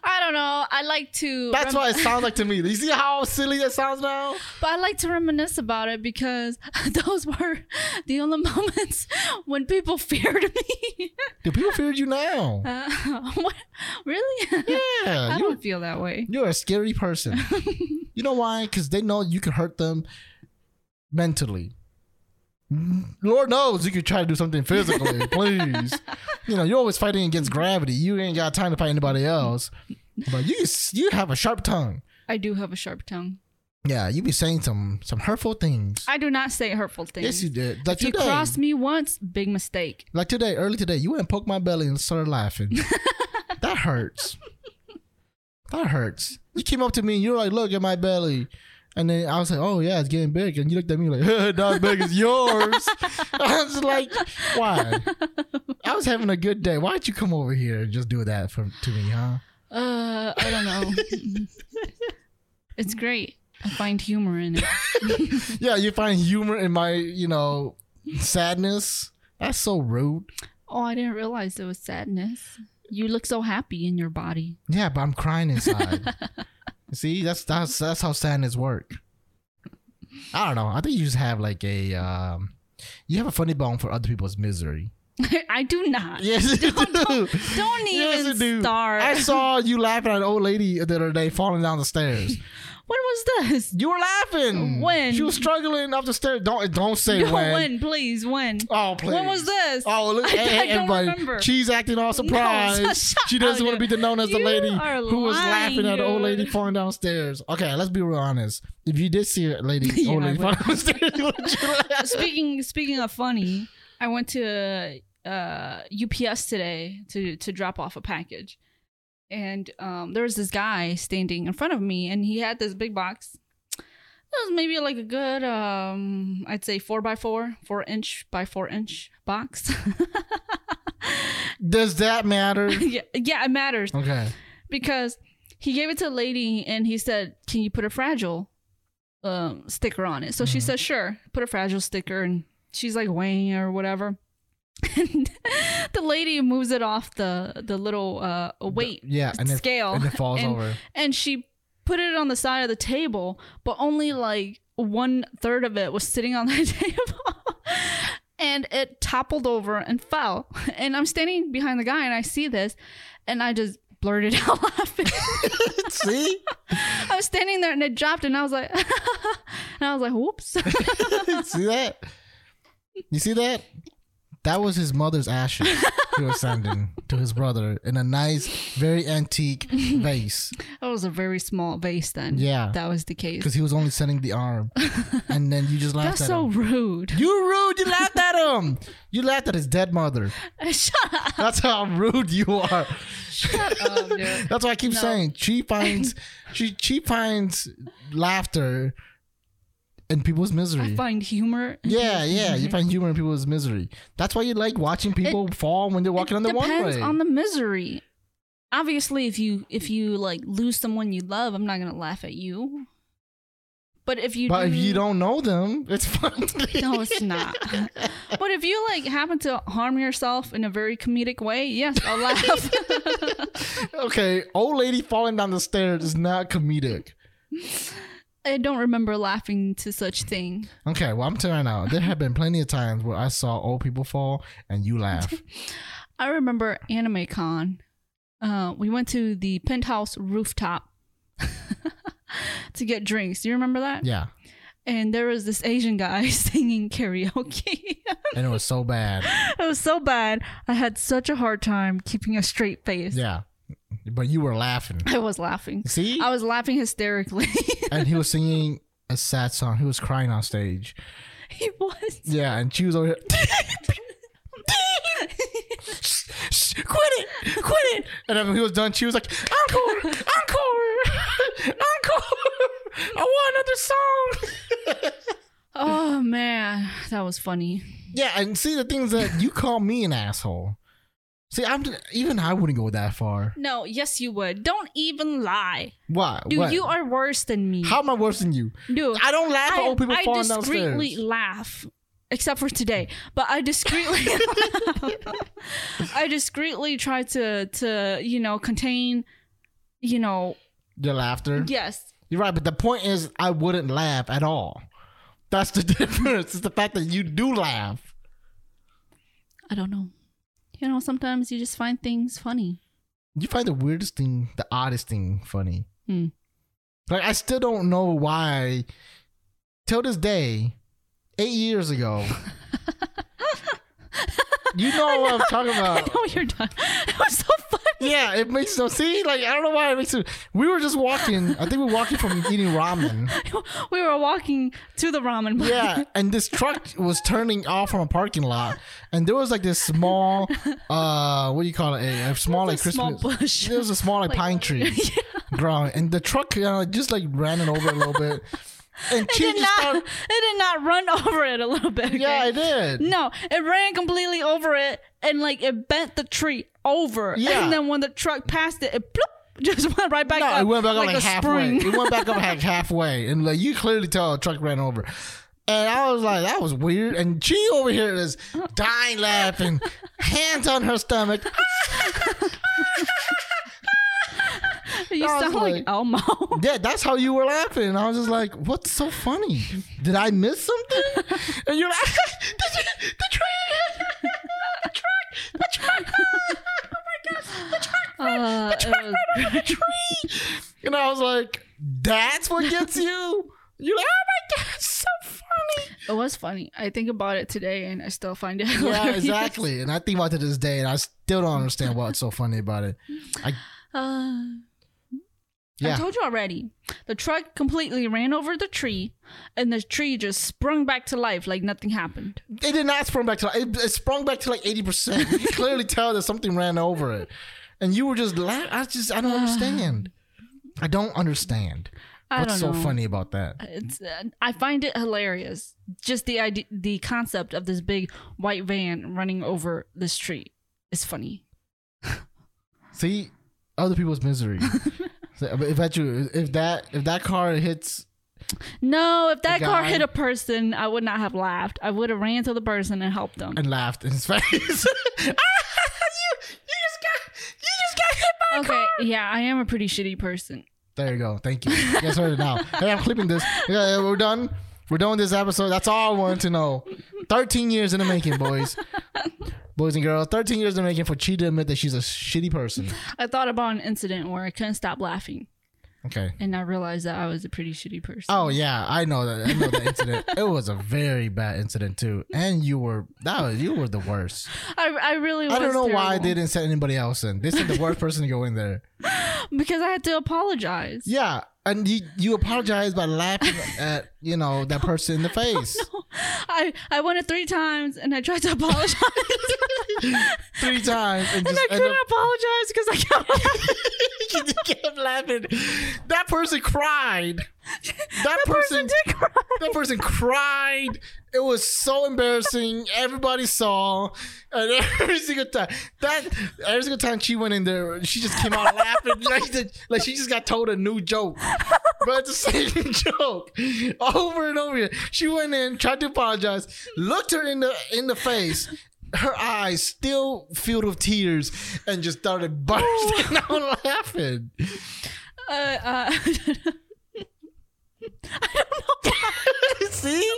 Speaker 1: I don't know. I like to.
Speaker 2: That's
Speaker 1: rem-
Speaker 2: what it sounds like to me. You see how silly that sounds now?
Speaker 1: But I like to reminisce about it because [LAUGHS] those were the only [LAUGHS] moments when people [LAUGHS] feared me.
Speaker 2: Do people fear you now?
Speaker 1: Uh, [LAUGHS] what? Really?
Speaker 2: Yeah,
Speaker 1: I
Speaker 2: you,
Speaker 1: don't feel that way.
Speaker 2: you're a scary
Speaker 1: [LAUGHS]
Speaker 2: person. you know why? Because they know you can hurt them mentally. Lord knows you could try to do something physically.
Speaker 1: [LAUGHS]
Speaker 2: please, you know you're always fighting against gravity. You ain't got time to fight anybody else. But you you have a sharp tongue.
Speaker 1: I do have a sharp tongue.
Speaker 2: Yeah, you be saying some some hurtful things.
Speaker 1: I do not say hurtful things.
Speaker 2: yes, you did. Like
Speaker 1: if you
Speaker 2: today,
Speaker 1: crossed me once, big mistake.
Speaker 2: like today, early today, you went and poked my belly and started laughing. that hurts. That hurts. You came up to me and you're like, look at my belly. And then I was like, oh yeah, it's getting big. And you looked at me like, not as big as yours. [LAUGHS] I was like, why? I was having a good day. Why'd you come over here and just do that for, to me, huh?
Speaker 1: Uh, I don't know. [LAUGHS] it's great. I find humor in it.
Speaker 2: Yeah, you find humor in my, you know, sadness. That's so rude.
Speaker 1: Oh, I didn't realize it was sadness. You look so happy in your body.
Speaker 2: Yeah, but I'm crying inside. [LAUGHS] See, that's that's that's how sadness work. I don't know. I think you just have like a um, you have a funny bone for other people's misery.
Speaker 1: [LAUGHS] I do
Speaker 2: [LAUGHS]
Speaker 1: not.
Speaker 2: Yes, you do.
Speaker 1: Don't
Speaker 2: Yes, you
Speaker 1: even
Speaker 2: do.
Speaker 1: start.
Speaker 2: I
Speaker 1: [LAUGHS]
Speaker 2: saw you laughing at an old lady the other day falling down the stairs.
Speaker 1: When was this?
Speaker 2: You were laughing.
Speaker 1: When?
Speaker 2: she was struggling up the stairs. Don't don't say
Speaker 1: No,
Speaker 2: when.
Speaker 1: when, please, when?
Speaker 2: Oh please.
Speaker 1: When was this?
Speaker 2: Oh look!
Speaker 1: I-
Speaker 2: hey,
Speaker 1: I
Speaker 2: hey,
Speaker 1: don't
Speaker 2: everybody,
Speaker 1: remember.
Speaker 2: she's acting all surprised.
Speaker 1: shut
Speaker 2: she doesn't
Speaker 1: up,
Speaker 2: want to be
Speaker 1: dude.
Speaker 2: the known as the
Speaker 1: You
Speaker 2: lady
Speaker 1: are
Speaker 2: who was laughing
Speaker 1: lying,
Speaker 2: at the old lady
Speaker 1: dude.
Speaker 2: falling downstairs. Okay, let's be real honest. If you did see a lady,
Speaker 1: [LAUGHS] Yeah,
Speaker 2: old
Speaker 1: I
Speaker 2: lady
Speaker 1: would.
Speaker 2: falling downstairs, [LAUGHS] would you laugh?
Speaker 1: speaking speaking of funny, I went to uh, UPS today to to drop off a package, and um, there was this guy standing in front of me, and he had this big box. It was maybe like a good, um, I'd say four by four, four inch by four inch box. [LAUGHS]
Speaker 2: Does that matter?
Speaker 1: [LAUGHS] yeah, yeah, it matters
Speaker 2: Okay.
Speaker 1: because he gave it to a lady and he said, "Can you put a fragile um, sticker on it?" So she
Speaker 2: Mhm.
Speaker 1: said, "Sure, put a fragile sticker." And she's like weighing or whatever. [LAUGHS] And the lady moves it off the the little uh, weight
Speaker 2: Yeah, and it,
Speaker 1: scale,
Speaker 2: and it falls
Speaker 1: and- [LAUGHS]
Speaker 2: over. [LAUGHS]
Speaker 1: and she put it on the side of the table, but only like one third of it was sitting on the [LAUGHS] table. and it toppled over and fell. [LAUGHS] And I'm standing behind the guy and I see this and I just blurted [LAUGHS] out laughing.
Speaker 2: See? [LAUGHS]
Speaker 1: I was standing there and it dropped and I was like [LAUGHS] and I was like, whoops. [LAUGHS]
Speaker 2: see that? You see that? That was his mother's ashes he was sending to his brother in a nice, very
Speaker 1: [LAUGHS]
Speaker 2: antique vase.
Speaker 1: That was a very small vase then.
Speaker 2: Yeah.
Speaker 1: That was the case.
Speaker 2: Because he was only sending the
Speaker 1: [LAUGHS]
Speaker 2: arm. And then you just laughed
Speaker 1: That's
Speaker 2: at
Speaker 1: so
Speaker 2: him.
Speaker 1: rude. [LAUGHS]
Speaker 2: You rude! You laughed at him! You laughed at his dead mother.
Speaker 1: Shut up.
Speaker 2: That's how rude you are.
Speaker 1: Shut
Speaker 2: [LAUGHS]
Speaker 1: up, dude.
Speaker 2: That's why I keep
Speaker 1: No.
Speaker 2: saying she
Speaker 1: [LAUGHS]
Speaker 2: finds she she finds laughter in people's misery.
Speaker 1: I find humor.
Speaker 2: Yeah, yeah. You find humor in people's misery. That's why you like watching people fall when they're walking on the one
Speaker 1: depends
Speaker 2: way.
Speaker 1: on the misery. Obviously, if you if you like lose someone you love, I'm not gonna laugh at you. But if you,
Speaker 2: but
Speaker 1: do,
Speaker 2: if you don't know them, it's [LAUGHS] fun.
Speaker 1: [LAUGHS] no, it's not. but if you like happen to harm yourself in a very comedic way, yes,
Speaker 2: [LAUGHS]
Speaker 1: I'll laugh.
Speaker 2: okay, old lady falling down the stairs is not comedic.
Speaker 1: I don't remember laughing to such thing.
Speaker 2: Okay, well I'm telling you now, there have been plenty of times where I saw old people fall and you
Speaker 1: [LAUGHS]
Speaker 2: laugh.
Speaker 1: I remember Anime Con. Uh, we went to the penthouse rooftop [LAUGHS] to get drinks. Do you remember that?
Speaker 2: Yeah,
Speaker 1: And there was this Asian guy [LAUGHS] singing karaoke. [LAUGHS]
Speaker 2: and it was so bad.
Speaker 1: It was so bad. I had such a hard time keeping a straight face.
Speaker 2: Yeah, but you were laughing.
Speaker 1: I was laughing.
Speaker 2: See,
Speaker 1: I was laughing hysterically. [LAUGHS]
Speaker 2: and he was singing a sad song. He was crying on stage.
Speaker 1: he was.
Speaker 2: [LAUGHS] Yeah, and she was over here.
Speaker 1: quit it! Quit it!
Speaker 2: And then when he was done, she was like, [LAUGHS] Encore!
Speaker 1: [LAUGHS]
Speaker 2: Encore! Encore! I want another song!
Speaker 1: Oh man, that was funny.
Speaker 2: yeah, and see the things that you call me an asshole. See, I'm even I wouldn't go that far.
Speaker 1: No, yes you would. Don't even lie.
Speaker 2: Why?
Speaker 1: Dude,
Speaker 2: what?
Speaker 1: you are worse than me.
Speaker 2: How am I worse than you?
Speaker 1: Dude,
Speaker 2: I don't laugh at
Speaker 1: I,
Speaker 2: old people
Speaker 1: I
Speaker 2: falling
Speaker 1: discreetly
Speaker 2: downstairs.
Speaker 1: laugh, except for today. But I discreetly, [LAUGHS] I discreetly try to to you know contain, you know,
Speaker 2: Your laughter.
Speaker 1: yes,
Speaker 2: You're right, but the point is, I wouldn't laugh at all. That's the [LAUGHS] difference. It's the fact that you do laugh.
Speaker 1: I don't know. You know, sometimes you just find things funny.
Speaker 2: You find the weirdest thing, the oddest thing funny.
Speaker 1: Hmm.
Speaker 2: Like I still don't know why. Till this day, eight years
Speaker 1: [LAUGHS]
Speaker 2: ago. you know what I'm talking
Speaker 1: [LAUGHS] I
Speaker 2: about.
Speaker 1: know you're done. It was so funny.
Speaker 2: Yeah, it makes no see, like I don't know why it makes it we were just walking. I think we were walking from eating ramen.
Speaker 1: We were walking to the ramen place.
Speaker 2: Yeah, and this truck was turning off from a parking lot, and there was like this small, uh, what do you call it? A, a small like
Speaker 1: It's a small
Speaker 2: Christmas.
Speaker 1: bush.
Speaker 2: There was a small like, pine
Speaker 1: [LAUGHS]
Speaker 2: tree growing, and the truck uh, just like ran it over a little bit, and she
Speaker 1: It did
Speaker 2: just
Speaker 1: not.
Speaker 2: started.
Speaker 1: [LAUGHS] It did not run [LAUGHS] over it a little bit.
Speaker 2: Yeah,
Speaker 1: okay?
Speaker 2: I did.
Speaker 1: No, it ran completely over it and like it bent the tree over.
Speaker 2: Yeah.
Speaker 1: And then when the truck passed it, it bloop, just [LAUGHS] went right back
Speaker 2: No,
Speaker 1: up.
Speaker 2: it went back up like
Speaker 1: a
Speaker 2: halfway. [LAUGHS] It went back up
Speaker 1: [LAUGHS]
Speaker 2: like halfway, and like you clearly tell a truck ran over. And I was like, that was weird. And she over here is dying laughing, hands on her stomach.
Speaker 1: You
Speaker 2: I was
Speaker 1: sound like,
Speaker 2: like-
Speaker 1: Elmo.
Speaker 2: Yeah, that's how you were laughing. And I was just like, what's so funny? Did I miss [LAUGHS] something? [LAUGHS] And you're like, the, the truck, the truck, the truck,
Speaker 1: [LAUGHS] Uh, it was-
Speaker 2: the tree. And I was like, that's what gets you? You're like, oh my God, it's so funny.
Speaker 1: it was funny. I think about it today and I still find
Speaker 2: [LAUGHS]
Speaker 1: it [LAUGHS]
Speaker 2: Yeah,
Speaker 1: hilarious.
Speaker 2: exactly. And I think about it to this day, and I still don't understand what's so funny about it. I
Speaker 1: Uh, I
Speaker 2: yeah,
Speaker 1: told you already. The truck completely ran over the tree and the tree just sprung back to life like nothing happened.
Speaker 2: it did not sprung back to. It, it sprung back to like eighty percent. You can clearly tell that something ran over it. and you were just la- I just I don't understand. I don't understand.
Speaker 1: I
Speaker 2: What's
Speaker 1: don't
Speaker 2: so
Speaker 1: know.
Speaker 2: funny about that?
Speaker 1: It's uh, I find it hilarious. Just the idea, the concept of this big white van running over the street is funny.
Speaker 2: See, other people's
Speaker 1: [LAUGHS]
Speaker 2: misery. So, but if that you, if that if that car hits,
Speaker 1: No, if that car
Speaker 2: guy-
Speaker 1: hit a person, I would not have laughed. I would have ran to the person and helped them.
Speaker 2: and laughed in his [LAUGHS] face. you, you just got you just got hit by
Speaker 1: Okay, yeah, I am a pretty shitty person.
Speaker 2: There you go. Thank you. You guys heard it now. Hey, I'm clipping this. Yeah, yeah, we're done. We're done with this episode. That's all I wanted to know. 13 years in the making,
Speaker 1: [LAUGHS]
Speaker 2: boys. Boys and girls, 13 years in the making for Chi to admit that she's a shitty person.
Speaker 1: I thought about an incident where I couldn't stop laughing,
Speaker 2: Okay.
Speaker 1: and I realized that I was a pretty shitty person.
Speaker 2: Oh, yeah. I know that. I know the incident. It was a very bad incident, too. And you were, that was, you were the worst.
Speaker 1: I, I really. Was
Speaker 2: I don't know why they
Speaker 1: terrible.
Speaker 2: didn't send anybody else in. They sent the worst person to go in there.
Speaker 1: because I had to apologize.
Speaker 2: Yeah. And you, you apologized by laughing at, you know, that person in the face.
Speaker 1: I I won it three times, and I tried
Speaker 2: [LAUGHS]
Speaker 1: to apologize,
Speaker 2: Three times. And,
Speaker 1: and
Speaker 2: just
Speaker 1: I
Speaker 2: end
Speaker 1: couldn't
Speaker 2: up,
Speaker 1: apologize because I kept laughing.
Speaker 2: [LAUGHS] you kept laughing. That person cried. That, person,
Speaker 1: did cry.
Speaker 2: that person cried. It was so embarrassing. Everybody saw, and [LAUGHS] every single time that every single time she went in there, she just came out laughing like the, like she just got told a new joke, but it's the same [LAUGHS] joke over and over. Again. She went in, tried to apologize, looked her in the in the face. Her eyes still filled with tears and just started bursting out laughing.
Speaker 1: Uh, [LAUGHS] uh, [LAUGHS]
Speaker 2: See?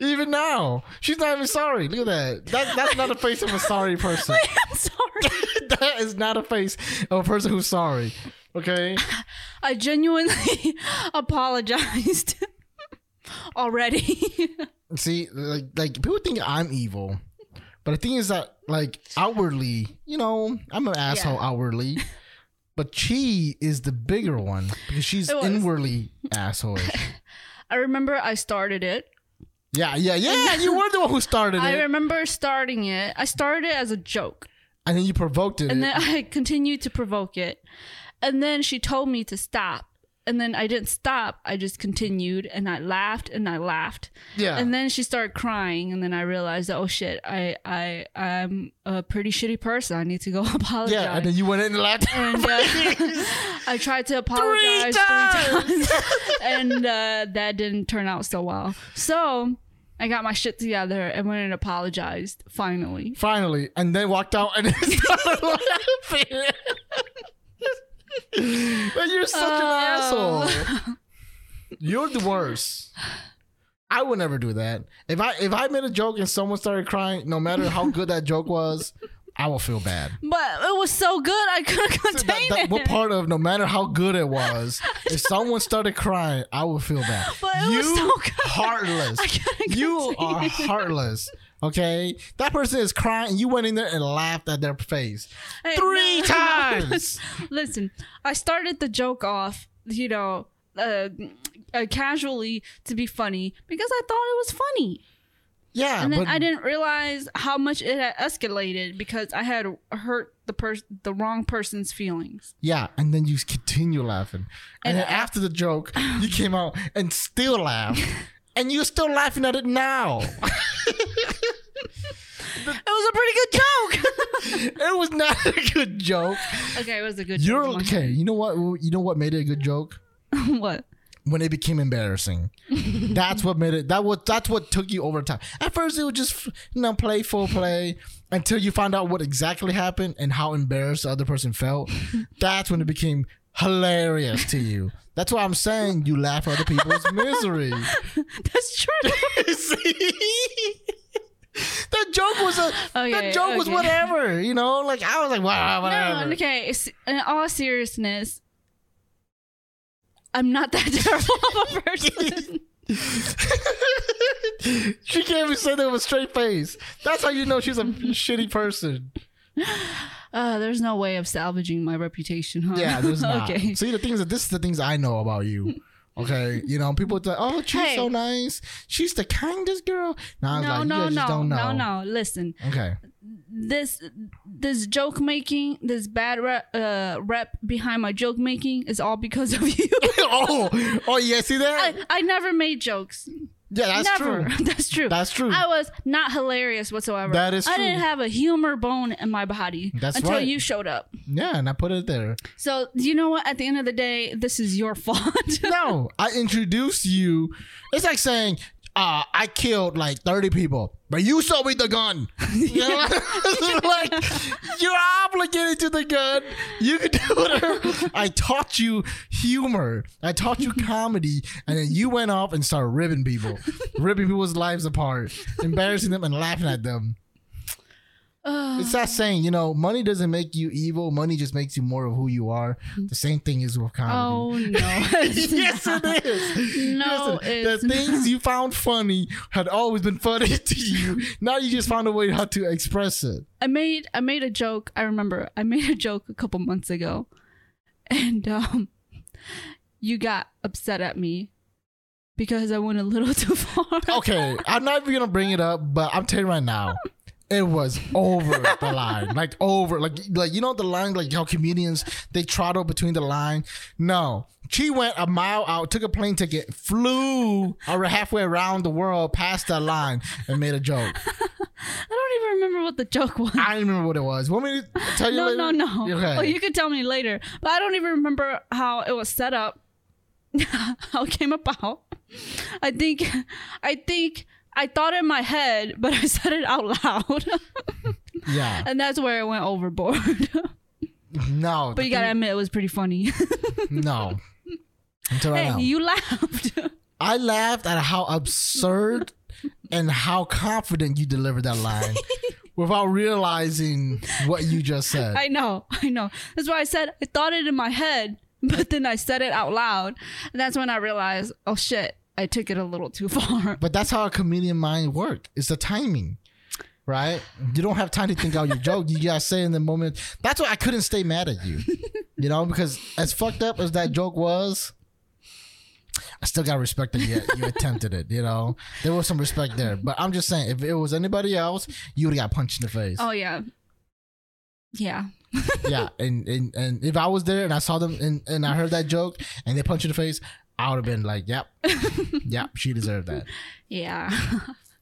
Speaker 2: Even now. She's not even sorry. Look at that. that that's not a face of a sorry person.
Speaker 1: I'm sorry.
Speaker 2: [LAUGHS] that is not a face of a person who's sorry.
Speaker 1: [LAUGHS]
Speaker 2: Okay?
Speaker 1: I genuinely [LAUGHS] apologized [LAUGHS] already. [LAUGHS]
Speaker 2: See, like like people think I'm evil. But the thing is that like outwardly, you know, I'm an asshole outwardly. But she is the bigger one because she's
Speaker 1: It was.
Speaker 2: inwardly asshole.
Speaker 1: [LAUGHS] I remember I started it.
Speaker 2: Yeah, yeah, yeah. You were the one who started
Speaker 1: I
Speaker 2: it,
Speaker 1: remember starting it. I started it as a joke.
Speaker 2: and then you provoked it.
Speaker 1: And then I continued to provoke it. And then she told me to stop. And then I didn't stop. I just continued and I laughed and I laughed.
Speaker 2: yeah,
Speaker 1: And then she started crying and then I realized, "Oh shit, I I I'm a pretty shitty person. I need to go [LAUGHS] apologize."
Speaker 2: yeah. [LAUGHS] And then you went in and laughed.
Speaker 1: and uh, [LAUGHS] I tried to apologize three times, [LAUGHS] and uh, that didn't turn out so well. So I got my shit together and went and apologized finally.
Speaker 2: finally, and then walked out and [LAUGHS] started laughing. [LAUGHS] But you're such
Speaker 1: Oh.
Speaker 2: an asshole. You're the worst. I would never do that. If I if I made a joke and someone started crying, no matter how good that joke was, I will feel bad.
Speaker 1: But it was so good I couldn't
Speaker 2: That-
Speaker 1: contain
Speaker 2: that-
Speaker 1: it.
Speaker 2: what part of no matter how good it was,
Speaker 1: [LAUGHS]
Speaker 2: if someone started crying, I would feel bad.
Speaker 1: But it
Speaker 2: you
Speaker 1: was so good. [LAUGHS]
Speaker 2: heartless.
Speaker 1: I couldn't
Speaker 2: You
Speaker 1: contain
Speaker 2: are heartless. Okay, that person is crying. You went in there and laughed at their face
Speaker 1: Hey,
Speaker 2: three
Speaker 1: [LAUGHS] no.
Speaker 2: times.
Speaker 1: Listen, I started the joke off, you know, uh, uh, casually to be funny because I thought it was funny.
Speaker 2: Yeah,
Speaker 1: and then
Speaker 2: but
Speaker 1: I didn't realize how much it had escalated because I had hurt the person, the wrong person's feelings.
Speaker 2: yeah, and then you continue laughing, and,
Speaker 1: And
Speaker 2: then after the joke,
Speaker 1: [SIGHS]
Speaker 2: you came out and still
Speaker 1: [LAUGHS]
Speaker 2: laughed, and you're still laughing at it now.
Speaker 1: It was a pretty good
Speaker 2: it was not a good joke.
Speaker 1: joke. [LAUGHS] okay, it was a good.
Speaker 2: You're
Speaker 1: joke.
Speaker 2: okay. You know what? You know what made it a good joke?
Speaker 1: [LAUGHS] what?
Speaker 2: when it became
Speaker 1: [LAUGHS]
Speaker 2: embarrassing. that's what made it. That what that's what took you over time. At first, it was just you know playful play until you found out what exactly happened and how embarrassed the other person
Speaker 1: [LAUGHS]
Speaker 2: felt. that's when it became hilarious to you. That's why I'm saying you laugh at other
Speaker 1: [LAUGHS]
Speaker 2: people's misery.
Speaker 1: That's true.
Speaker 2: See? That joke was a
Speaker 1: Okay,
Speaker 2: that joke was
Speaker 1: okay.
Speaker 2: whatever, you know. Like I was like, wow, [LAUGHS] whatever.
Speaker 1: no, okay. s- In all seriousness, I'm not that [LAUGHS] terrible of
Speaker 2: [LAUGHS]
Speaker 1: a person.
Speaker 2: [LAUGHS] she can't even say that with a straight face. That's how you know
Speaker 1: [LAUGHS]
Speaker 2: she's a shitty person.
Speaker 1: Uh, there's no way of salvaging my reputation, huh?
Speaker 2: Yeah,
Speaker 1: [LAUGHS]
Speaker 2: there's not.
Speaker 1: okay.
Speaker 2: See, the things that this is the things I know about you. Okay, you know people think, oh, she's
Speaker 1: Hey.
Speaker 2: so nice. She's the kindest girl. Now I was
Speaker 1: No,
Speaker 2: like, you
Speaker 1: no,
Speaker 2: guys just
Speaker 1: no,
Speaker 2: don't know.
Speaker 1: no, no. Listen,
Speaker 2: Okay, [LAUGHS]
Speaker 1: this this joke making, this bad rep, uh, rep behind my joke making is all because of [LAUGHS] you.
Speaker 2: oh, oh, yeah. See that?
Speaker 1: I, I never made jokes.
Speaker 2: yeah, that's
Speaker 1: never.
Speaker 2: true.
Speaker 1: [LAUGHS] That's true.
Speaker 2: That's true.
Speaker 1: I was not hilarious whatsoever.
Speaker 2: That is
Speaker 1: I didn't
Speaker 2: true.
Speaker 1: have a humor bone in my body
Speaker 2: That's
Speaker 1: until
Speaker 2: right.
Speaker 1: you showed up.
Speaker 2: yeah, and I put it there.
Speaker 1: So you know what? At the end of the day, this is your [LAUGHS] fault.
Speaker 2: No, I introduced you. It's like saying, uh, I killed like 30 people, but you sold me the gun. You know? [LAUGHS] It's like, you're obligated to the gun. You can do whatever. I taught you humor, I taught you comedy, and then you went off and started ripping people, ripping people's lives apart, embarrassing them, and laughing at them.
Speaker 1: Ugh.
Speaker 2: It's that saying, you know, money doesn't make you evil. Money just makes you more of who you are. The same thing is with comedy
Speaker 1: oh no. [LAUGHS]
Speaker 2: [LAUGHS]
Speaker 1: It's
Speaker 2: yes,
Speaker 1: not.
Speaker 2: it is.
Speaker 1: No,
Speaker 2: Yes, it-
Speaker 1: it's
Speaker 2: the things you found funny had always been funny [LAUGHS] to you. Now you just found a way how to express it.
Speaker 1: I made I made a joke. I remember I made a joke a couple months ago, and um, you got upset at me because I went a little [LAUGHS] too far.
Speaker 2: Okay, I'm not even gonna bring it up, but I'm telling you right now, it was over the line, like over, like like you know the line, like how comedians they trottle between the line. No, she went a mile out, took a plane ticket, flew over halfway around the world, past that line, and made a joke.
Speaker 1: I don't even remember what the joke was.
Speaker 2: I don't remember what it was. Want me to tell you?
Speaker 1: No,
Speaker 2: later?
Speaker 1: Ah, no, no.
Speaker 2: Okay.
Speaker 1: Oh, you could tell me later, but I don't even remember how it was set up, [LAUGHS] how it came about. I think, I think I thought in my head, but I [LAUGHS] said it out loud, [LAUGHS]
Speaker 2: yeah.
Speaker 1: and that's where it went overboard. [LAUGHS]
Speaker 2: No.
Speaker 1: but
Speaker 2: the
Speaker 1: you gotta admit, it was pretty funny. [LAUGHS]
Speaker 2: No. Until right
Speaker 1: hey,
Speaker 2: now.
Speaker 1: you laughed. [LAUGHS]
Speaker 2: I laughed at how absurd and how confident you delivered that
Speaker 1: [LAUGHS]
Speaker 2: line without realizing what you just said.
Speaker 1: [LAUGHS] I know, I know. That's why I said I thought it in my head, [LAUGHS] but then I said it out loud, and that's when I realized, oh shit, I took it a little too [LAUGHS] far.
Speaker 2: but that's how a comedian mind works. It's the timing. Right? You don't have time to think out your joke. You gotta say in the moment. That's why I couldn't stay mad at you. You know, because as fucked up as that joke was, I still got respect that you, you attempted it, you know. There was some respect there. But I'm just saying, if it was anybody else, you would have got punched in the face.
Speaker 1: Oh yeah, yeah.
Speaker 2: yeah, and, and and if I was there and I saw them and, and I heard that joke and they punch you in the face, I would have been like, "Yep, yep, she deserved that."
Speaker 1: Yeah.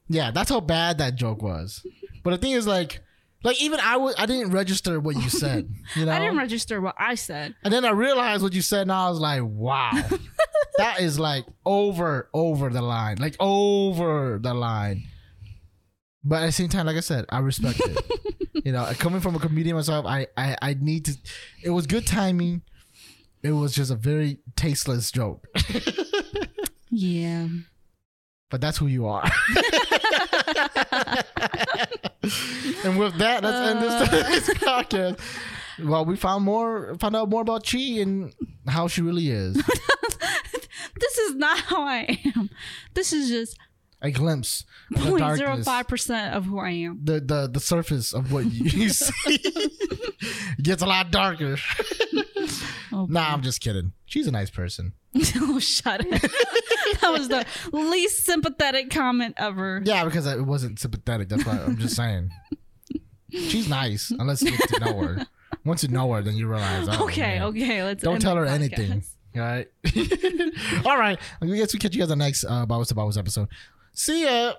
Speaker 2: Yeah, that's how bad that joke was. But the thing is, like, like even I was I didn't register what you said,
Speaker 1: [LAUGHS]
Speaker 2: you know.
Speaker 1: I didn't register what I said.
Speaker 2: and then I realized what you said, and I was like,
Speaker 1: [LAUGHS]
Speaker 2: "Wow, that is like over over the line, like over the line." But at the same time, like I said, I respect it.
Speaker 1: [LAUGHS]
Speaker 2: you know, coming from a comedian myself, I, I I need to. It was good timing. It was just a very tasteless joke,
Speaker 1: Yeah.
Speaker 2: but that's who you are. [LAUGHS] and with that, let's end
Speaker 1: Uh.
Speaker 2: [LAUGHS] this, this podcast. Well, we found more, found out more about Chi and how she really
Speaker 1: [LAUGHS]
Speaker 2: is.
Speaker 1: This is not [LAUGHS] how I am. This is just
Speaker 2: A glimpse, of the darkness,
Speaker 1: 0.05% of who I am.
Speaker 2: the the the surface of what you, [LAUGHS] you see gets a lot darker.
Speaker 1: Oh,
Speaker 2: Nah, I'm just kidding. She's a nice person.
Speaker 1: [LAUGHS] oh shut it. that was the least sympathetic comment ever.
Speaker 2: Yeah, because I- it wasn't sympathetic. That's why I'm just
Speaker 1: [LAUGHS]
Speaker 2: saying. She's nice, unless you get to know her. Once you know her, then you realize. Oh,
Speaker 1: Okay,
Speaker 2: man.
Speaker 1: okay, let's
Speaker 2: Don't
Speaker 1: end
Speaker 2: tell
Speaker 1: the
Speaker 2: her anything.
Speaker 1: podcast. [LAUGHS]
Speaker 2: All right. [LAUGHS] All right. I guess we catch you guys on the next uh, Bibles to Bibles episode. See ya.